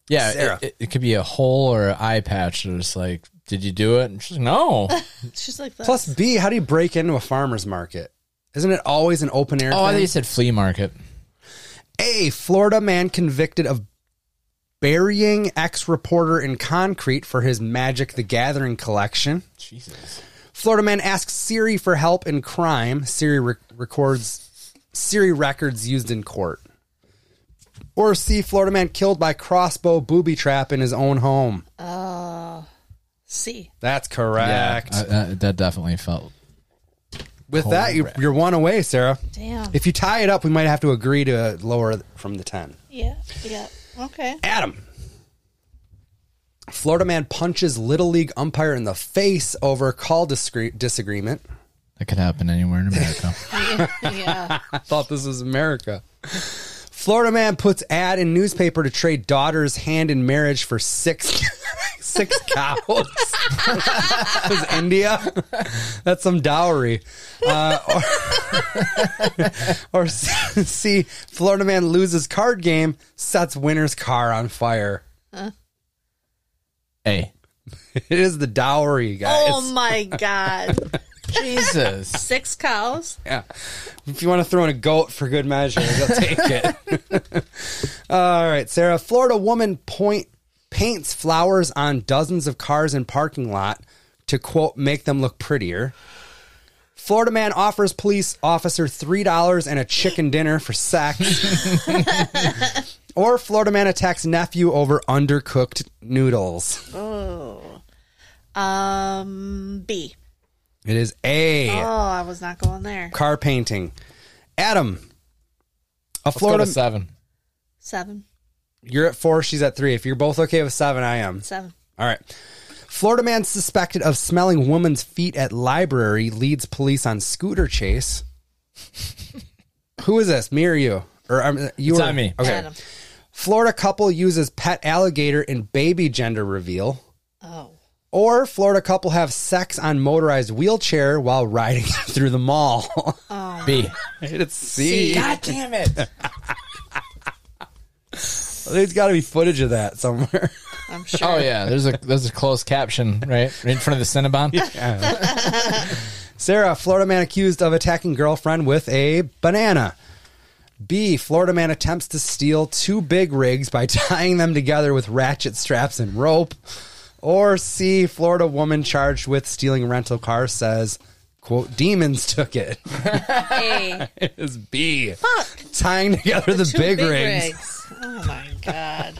Speaker 2: Yeah,
Speaker 1: Sarah.
Speaker 2: it, it, it could be a hole or an eye patch. Or it's like, did you do it? And she's like, no.
Speaker 3: She's like that.
Speaker 1: Plus B, how do you break into a farmer's market? Isn't it always an open air?
Speaker 2: oh, I thought
Speaker 1: thing?
Speaker 2: you said flea market.
Speaker 1: A Florida man convicted of burying ex reporter in concrete for his Magic the Gathering collection.
Speaker 2: Jesus.
Speaker 1: Florida man asks Siri for help in crime. Siri rec- records Siri records used in court. Or C Florida man killed by crossbow booby trap in his own home.
Speaker 3: uh, C.
Speaker 1: That's correct.
Speaker 2: Yeah, I- I- that definitely felt.
Speaker 1: With that, you, you're one away, Sarah.
Speaker 3: Damn.
Speaker 1: If you tie it up, we might have to agree to lower from the 10.
Speaker 3: Yeah. Yeah. Okay.
Speaker 1: Adam. Florida man punches Little League umpire in the face over call discre- disagreement.
Speaker 2: That could happen anywhere in America.
Speaker 3: Yeah.
Speaker 1: I thought this was America. Florida man puts ad in newspaper to trade daughter's hand in marriage for six six cows. That was India. That's some dowry. Uh, or or see, Florida man loses card game, sets winner's car on fire.
Speaker 2: a.
Speaker 1: It is the dowry, guys.
Speaker 3: Oh my God.
Speaker 2: Jesus.
Speaker 3: Six cows.
Speaker 1: Yeah. If you want to throw in a goat for good measure, they'll take it. All right, Sarah. Florida woman point paints flowers on dozens of cars in parking lot to quote make them look prettier. Florida man offers police officer $3 and a chicken dinner for sex. or Florida man attacks nephew over undercooked noodles.
Speaker 4: Um, B.
Speaker 1: It is A.
Speaker 4: Oh, I was not going there.
Speaker 1: Car painting. Adam. A
Speaker 2: Let's go
Speaker 1: Florida.
Speaker 2: to seven.
Speaker 4: Seven.
Speaker 1: You're at four, she's at three. If you're both okay with seven, I am.
Speaker 4: Seven.
Speaker 1: All right. Florida man suspected of smelling woman's feet at library leads police on scooter chase. Who is this? Me or you? Or um, you
Speaker 2: It's
Speaker 1: or-
Speaker 2: not me.
Speaker 1: Okay.
Speaker 4: Adam.
Speaker 1: Florida couple uses pet alligator in baby gender reveal.
Speaker 4: Oh.
Speaker 1: Or Florida couple have sex on motorized wheelchair while riding through the mall.
Speaker 2: B.
Speaker 1: it's C.
Speaker 2: God damn it.
Speaker 1: There's got to be footage of that somewhere.
Speaker 4: I'm sure.
Speaker 2: Oh yeah, there's a there's a closed caption right in front of the Cinnabon.
Speaker 1: Sarah, Florida man accused of attacking girlfriend with a banana. B, Florida man attempts to steal two big rigs by tying them together with ratchet straps and rope. Or C, Florida woman charged with stealing rental car says, quote, demons took it. Oh.
Speaker 4: A.
Speaker 1: It is B. Tying together the,
Speaker 4: Two
Speaker 1: big, rigs.
Speaker 4: rigs. Oh my god.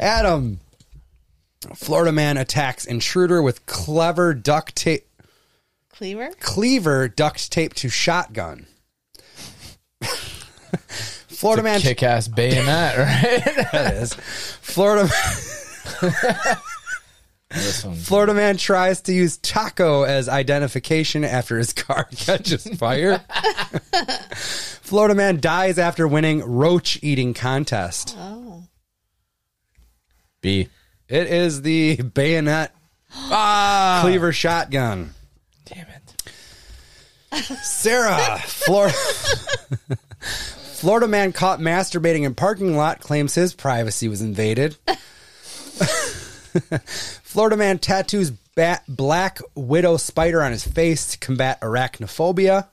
Speaker 1: Adam, Florida man attacks intruder with clever duct tape.
Speaker 4: Cleaver.
Speaker 1: cleaver duct taped to shotgun. Florida man
Speaker 2: Kick ass bayonet, right?
Speaker 1: that is. Florida
Speaker 2: this one.
Speaker 1: Florida man tries to use taco as identification after his car catches fire. Florida man dies after winning roach eating contest.
Speaker 3: Uh-huh.
Speaker 4: Oh.
Speaker 2: B.
Speaker 1: It is the bayonet
Speaker 2: Ah,
Speaker 1: cleaver shotgun.
Speaker 2: damn it.
Speaker 1: Sarah, Florida. Florida man caught masturbating in parking lot claims his privacy was invaded. Florida man tattoos bat, black widow spider on his face to combat arachnophobia.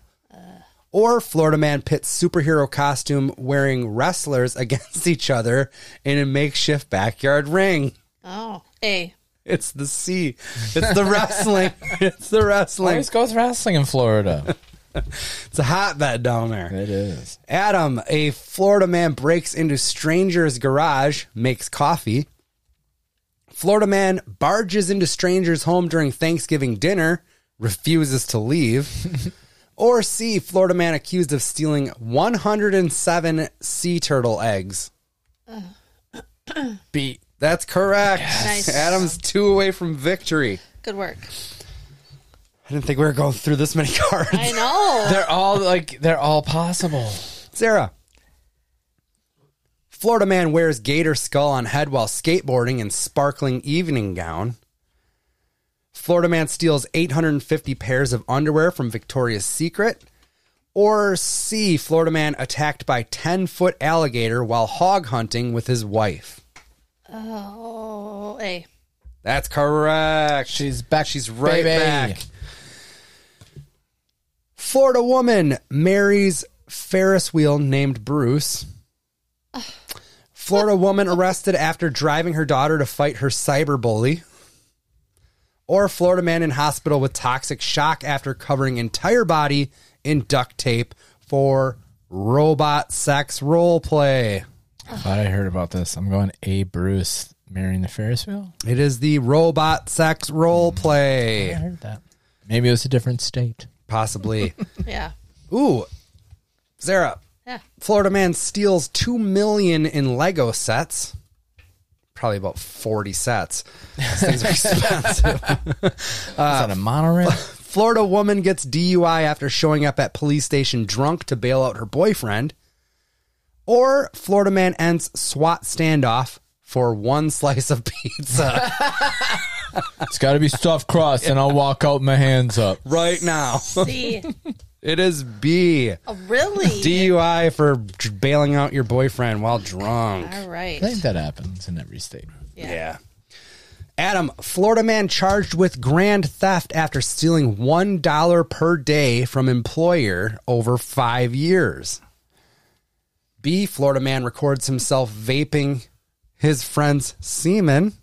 Speaker 1: Or Florida man pits superhero costume wearing wrestlers against each other in a makeshift backyard ring.
Speaker 4: Oh. A.
Speaker 1: It's the C. It's the wrestling. It's the wrestling.
Speaker 2: Always goes wrestling in Florida.
Speaker 1: It's a hotbed down there.
Speaker 2: it is.
Speaker 1: Adam, a Florida man breaks into stranger's garage, makes coffee. Florida man barges into stranger's home during Thanksgiving dinner, refuses to leave. or C, Florida man accused of stealing 107 sea turtle eggs.
Speaker 2: B.
Speaker 1: That's correct.
Speaker 4: Nice.
Speaker 1: Adam's two away from victory.
Speaker 4: Good work.
Speaker 1: I didn't think we were going through this many cards.
Speaker 4: I know.
Speaker 2: They're all like they're all possible.
Speaker 1: Sarah. Florida man wears gator skull on head while skateboarding in sparkling evening gown. Florida man steals 850 pairs of underwear from Victoria's Secret. Or C, Florida man attacked by 10 foot alligator while hog hunting with his wife.
Speaker 4: Oh. A.
Speaker 1: That's correct.
Speaker 2: She's back.
Speaker 1: She's right
Speaker 2: baby.
Speaker 1: back. Florida woman marries Ferris wheel named Bruce. Florida woman arrested after driving her daughter to fight her cyber bully. Or Florida man in hospital with toxic shock after covering entire body in duct tape for robot sex role play.
Speaker 2: Thought I heard about this. I'm going A. Bruce marrying the Ferris wheel.
Speaker 1: It is the robot sex role
Speaker 2: I
Speaker 1: play.
Speaker 2: heard that. Maybe it was a different state.
Speaker 1: Possibly.
Speaker 4: Yeah.
Speaker 1: Ooh, Sarah.
Speaker 4: Yeah.
Speaker 1: Florida man steals two million in Lego sets. Probably about forty sets. These things are expensive.
Speaker 2: is that a monorail?
Speaker 1: Florida woman gets DUI after showing up at police station drunk to bail out her boyfriend. Or Florida man ends SWAT standoff for one slice of pizza
Speaker 2: it's got to be stuffed crust, and I'll walk out my hands up.
Speaker 1: right now.
Speaker 4: B.
Speaker 1: It is B.
Speaker 4: Oh, really?
Speaker 1: DUI for dr- bailing out your boyfriend while drunk.
Speaker 4: All right.
Speaker 2: I think that happens in every state.
Speaker 1: Yeah. Adam, Florida man charged with grand theft after stealing $1 per day from employer over five years. B, Florida man records himself vaping his friend's semen.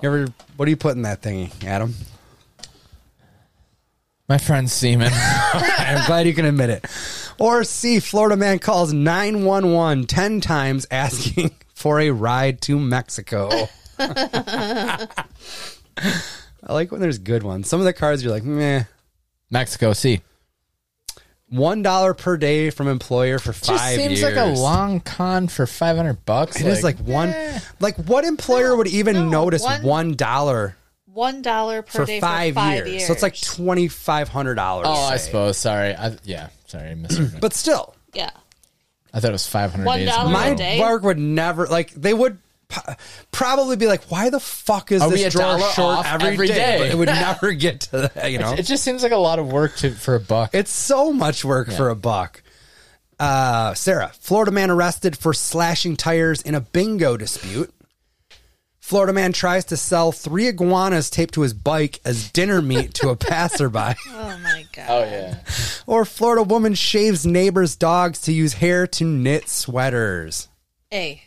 Speaker 1: You ever, what do you put in that thingy, Adam?
Speaker 2: My friend's semen.
Speaker 1: I'm glad you can admit it. Or C, Florida man calls 911 10 times asking for a ride to Mexico. I like when there's good ones. Some of the cards you're like, meh.
Speaker 2: Mexico C.
Speaker 1: One dollar per day from employer for five
Speaker 2: Just seems
Speaker 1: years.
Speaker 2: like a long con for five hundred bucks.
Speaker 1: It is like, one. Like what employer would even
Speaker 4: no,
Speaker 1: notice
Speaker 4: one-
Speaker 1: one dollar
Speaker 4: One dollar per
Speaker 1: for
Speaker 4: day
Speaker 1: five,
Speaker 4: for five
Speaker 1: years.
Speaker 4: years.
Speaker 1: So it's like twenty five hundred dollars.
Speaker 2: Oh, I suppose. Sorry. I, yeah. Sorry, I missed. it.
Speaker 1: But still,
Speaker 4: yeah.
Speaker 2: I thought it was five hundred
Speaker 4: One
Speaker 2: days.
Speaker 4: dollar
Speaker 1: my
Speaker 4: a day?
Speaker 1: work would never like they would p- probably be like, why the fuck is
Speaker 2: Are we a
Speaker 1: this drawer
Speaker 2: dollar
Speaker 1: short
Speaker 2: off every day?
Speaker 1: But it would never get to that. You know,
Speaker 2: It just seems like a lot of work to, for a buck.
Speaker 1: it's so much work for a buck. Uh, Sarah, Florida man arrested for slashing tires in a bingo dispute. Florida man tries to sell three iguanas taped to his bike as dinner meat to a passerby.
Speaker 4: Oh my god.
Speaker 2: oh yeah.
Speaker 1: Or Florida woman shaves neighbor's dogs to use hair to knit sweaters.
Speaker 4: A.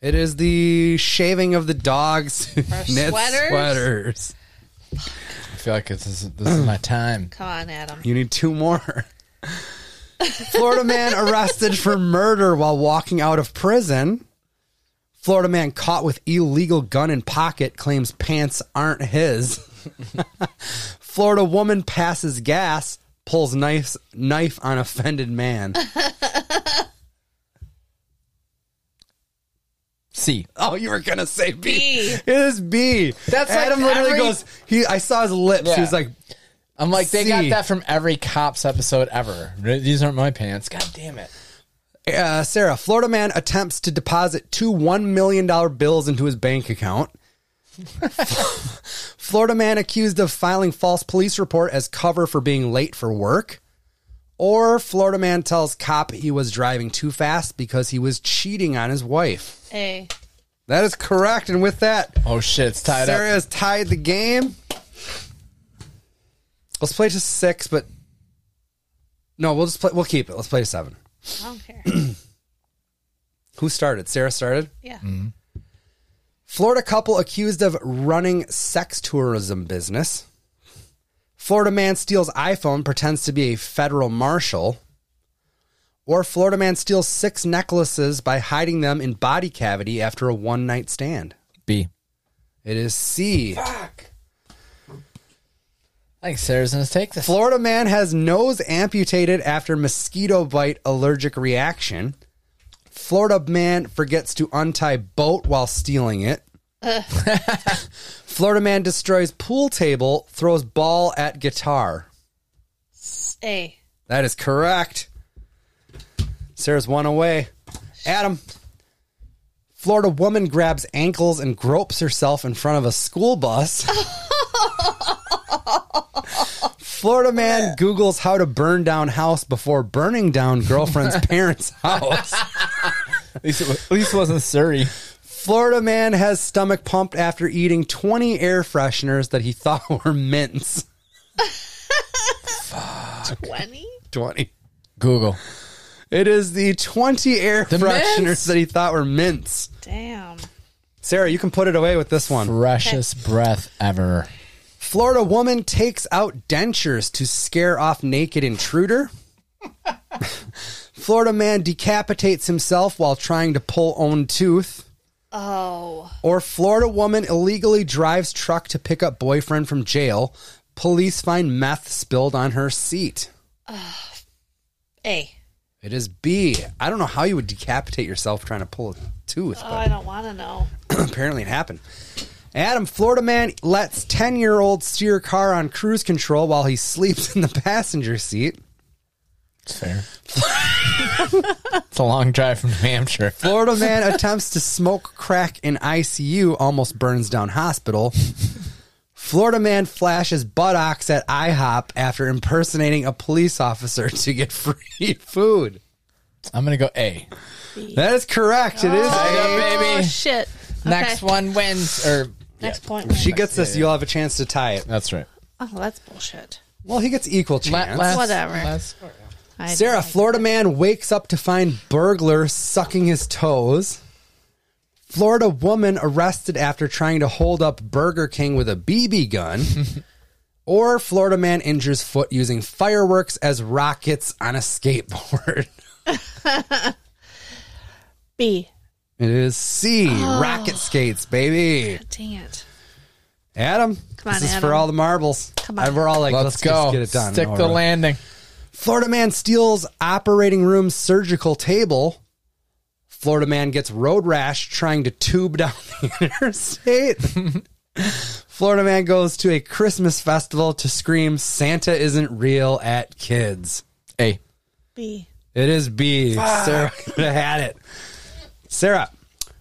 Speaker 1: It is the shaving of the dogs to knit
Speaker 4: sweaters?
Speaker 1: sweaters.
Speaker 2: I feel like this is this is my time.
Speaker 4: Come on, Adam.
Speaker 1: You need two more. Florida man arrested for murder while walking out of prison. Florida man caught with illegal gun in pocket claims pants aren't his. Florida woman passes gas, pulls knife knife on offended man.
Speaker 2: C.
Speaker 1: Oh, you were gonna say B.
Speaker 4: B.
Speaker 1: It is B.
Speaker 2: That's like
Speaker 1: Adam literally
Speaker 2: every-
Speaker 1: goes. He, I saw his lips. He
Speaker 2: Yeah.
Speaker 1: was like,
Speaker 2: I'm like they
Speaker 1: C.
Speaker 2: got that from every cops episode ever. These aren't my pants. God damn it.
Speaker 1: uh, Sarah, Florida man attempts to deposit two one million dollar bills into his bank account. Florida man accused of filing false police report as cover for being late for work. Or Florida man tells cop he was driving too fast because he was cheating on his wife.
Speaker 4: A.
Speaker 1: That is correct. And with that,
Speaker 2: Oh shit, it's tied
Speaker 1: Sarah
Speaker 2: up.
Speaker 1: has tied the game. Let's play to six, but no, we'll just play. We'll keep it. Let's play to seven.
Speaker 4: I don't care.
Speaker 1: Who started? Sarah started.
Speaker 4: Yeah.
Speaker 1: Florida couple accused of running sex tourism business. Florida man steals iPhone, pretends to be a federal marshal. Or Florida man steals six necklaces by hiding them in body cavity after a one night stand.
Speaker 2: B.
Speaker 1: It is C.
Speaker 2: I think Sarah's gonna take this.
Speaker 1: Florida man has nose amputated after mosquito bite allergic reaction. Florida man forgets to untie boat while stealing it. Florida man destroys pool table, throws ball at guitar.
Speaker 4: A.
Speaker 1: That is correct. Sarah's one away. Adam. Florida woman grabs ankles and gropes herself in front of a school bus. Florida man Googles how to burn down house before burning down girlfriend's parents' house.
Speaker 2: At least, it was, at least it wasn't Surrey.
Speaker 1: Florida man has stomach pumped after eating 20 air fresheners that he thought were mints.
Speaker 4: Twenty.
Speaker 1: 20.
Speaker 2: Google.
Speaker 1: It is the 20 air fresheners
Speaker 2: mints?
Speaker 1: that he thought were mints.
Speaker 4: Damn.
Speaker 1: Sarah, you can put it away with this one.
Speaker 2: Freshest breath ever.
Speaker 1: Florida woman takes out dentures to scare off naked intruder. Florida man decapitates himself while trying to pull own tooth.
Speaker 4: Oh.
Speaker 1: Or Florida woman illegally drives truck to pick up boyfriend from jail. Police find meth spilled on her seat.
Speaker 4: A.
Speaker 1: It is B. I don't know how you would decapitate yourself trying to pull a tooth,
Speaker 4: Oh, I don't want to know.
Speaker 1: apparently it happened. Adam, Florida man lets 10 year old steer car on cruise control while he sleeps in the passenger seat.
Speaker 2: It's fair. it's a long drive from New Hampshire.
Speaker 1: Florida man attempts to smoke crack in ICU, almost burns down hospital. Florida man flashes buttocks at IHOP after impersonating a police officer to get free food.
Speaker 2: I'm gonna go A.
Speaker 1: That is correct. It is.
Speaker 2: Tied up,
Speaker 4: Oh
Speaker 2: baby.
Speaker 4: shit.
Speaker 2: Next
Speaker 4: Okay.
Speaker 2: one wins. Or
Speaker 4: Next
Speaker 2: yeah.
Speaker 4: point.
Speaker 1: She gets this. You'll have a chance to tie it.
Speaker 2: That's right.
Speaker 4: Oh, that's bullshit.
Speaker 1: Well, he gets equal
Speaker 2: La-
Speaker 1: chance.
Speaker 2: last-
Speaker 4: Whatever.
Speaker 2: last-
Speaker 4: I
Speaker 1: Sarah, Florida man wakes up to find burglar sucking his toes. Florida woman arrested after trying to hold up Burger King with a BB gun. Or Florida man injures foot using fireworks as rockets on a skateboard.
Speaker 4: B.
Speaker 1: It is C,
Speaker 4: Oh.
Speaker 1: rocket skates, baby.
Speaker 4: Dang it.
Speaker 1: Adam,
Speaker 4: Come on,
Speaker 1: this is for
Speaker 4: Adam.
Speaker 1: all the marbles.
Speaker 4: Come on,
Speaker 1: And We're all like, let's,
Speaker 2: Let's,
Speaker 1: just
Speaker 2: go.
Speaker 1: get it done.
Speaker 2: Stick
Speaker 1: All
Speaker 2: the
Speaker 1: right.
Speaker 2: landing.
Speaker 1: Florida man steals operating room surgical table. Florida man gets road rash trying to tube down the interstate. Florida man goes to a Christmas festival to scream Santa isn't real at kids.
Speaker 2: A.
Speaker 4: B.
Speaker 1: It is B. Sarah could have had it. Sarah,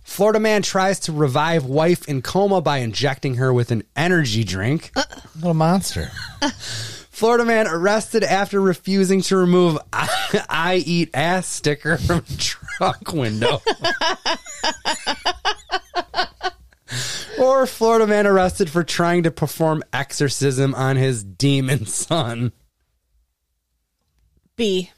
Speaker 1: Florida man tries to revive wife in coma by injecting her with an energy drink.
Speaker 2: Little monster.
Speaker 1: Florida man arrested after refusing to remove I, I eat ass sticker from truck window. or Florida man arrested for trying to perform exorcism on his demon son.
Speaker 4: B.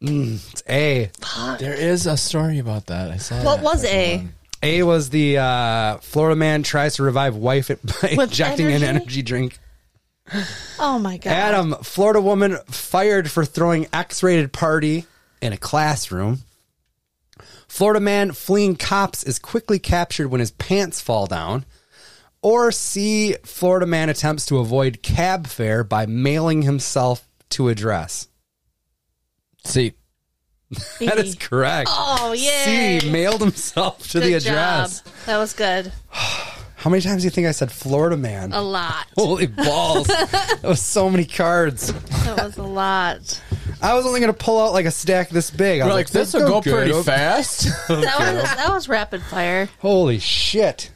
Speaker 1: It's A.
Speaker 2: There is a story about that. I saw
Speaker 3: What
Speaker 2: that.
Speaker 3: was A?
Speaker 1: A was the uh, Florida man tries to revive wife by
Speaker 3: With
Speaker 1: injecting an
Speaker 3: energy?
Speaker 1: energy drink.
Speaker 4: Oh my God.
Speaker 1: Adam, Florida woman fired for throwing X rated party in a classroom. Florida man fleeing cops is quickly captured when his pants fall down. Or C, Florida man attempts to avoid cab fare by mailing himself to address.
Speaker 2: See,
Speaker 4: B.
Speaker 1: That is correct.
Speaker 4: Oh, yay.
Speaker 1: C, mailed himself to the
Speaker 4: Good
Speaker 1: address.
Speaker 4: job. That was good.
Speaker 1: How many times do you think I said Florida man?
Speaker 4: A lot.
Speaker 1: Holy balls. that was so many cards.
Speaker 4: That was a lot.
Speaker 1: I was only going to pull out like a stack this big. I was
Speaker 2: this will go
Speaker 1: okay,
Speaker 2: pretty
Speaker 1: okay."
Speaker 2: fast.
Speaker 4: That was that was rapid fire.
Speaker 1: Holy shit.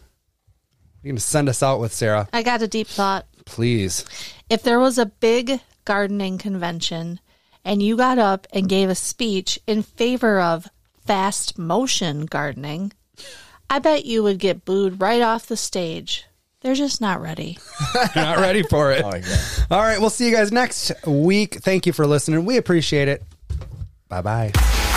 Speaker 1: You're going to send us out with Sarah,
Speaker 3: I got a deep thought.
Speaker 1: please.
Speaker 3: If there was a big gardening convention and you got up and gave a speech in favor of fast motion gardening, I bet you would get booed right off the stage. They're just not ready.
Speaker 1: You're not ready for it.
Speaker 2: Oh my God.
Speaker 1: All right, we'll see you guys next week. Thank you for listening. We appreciate it. Bye bye.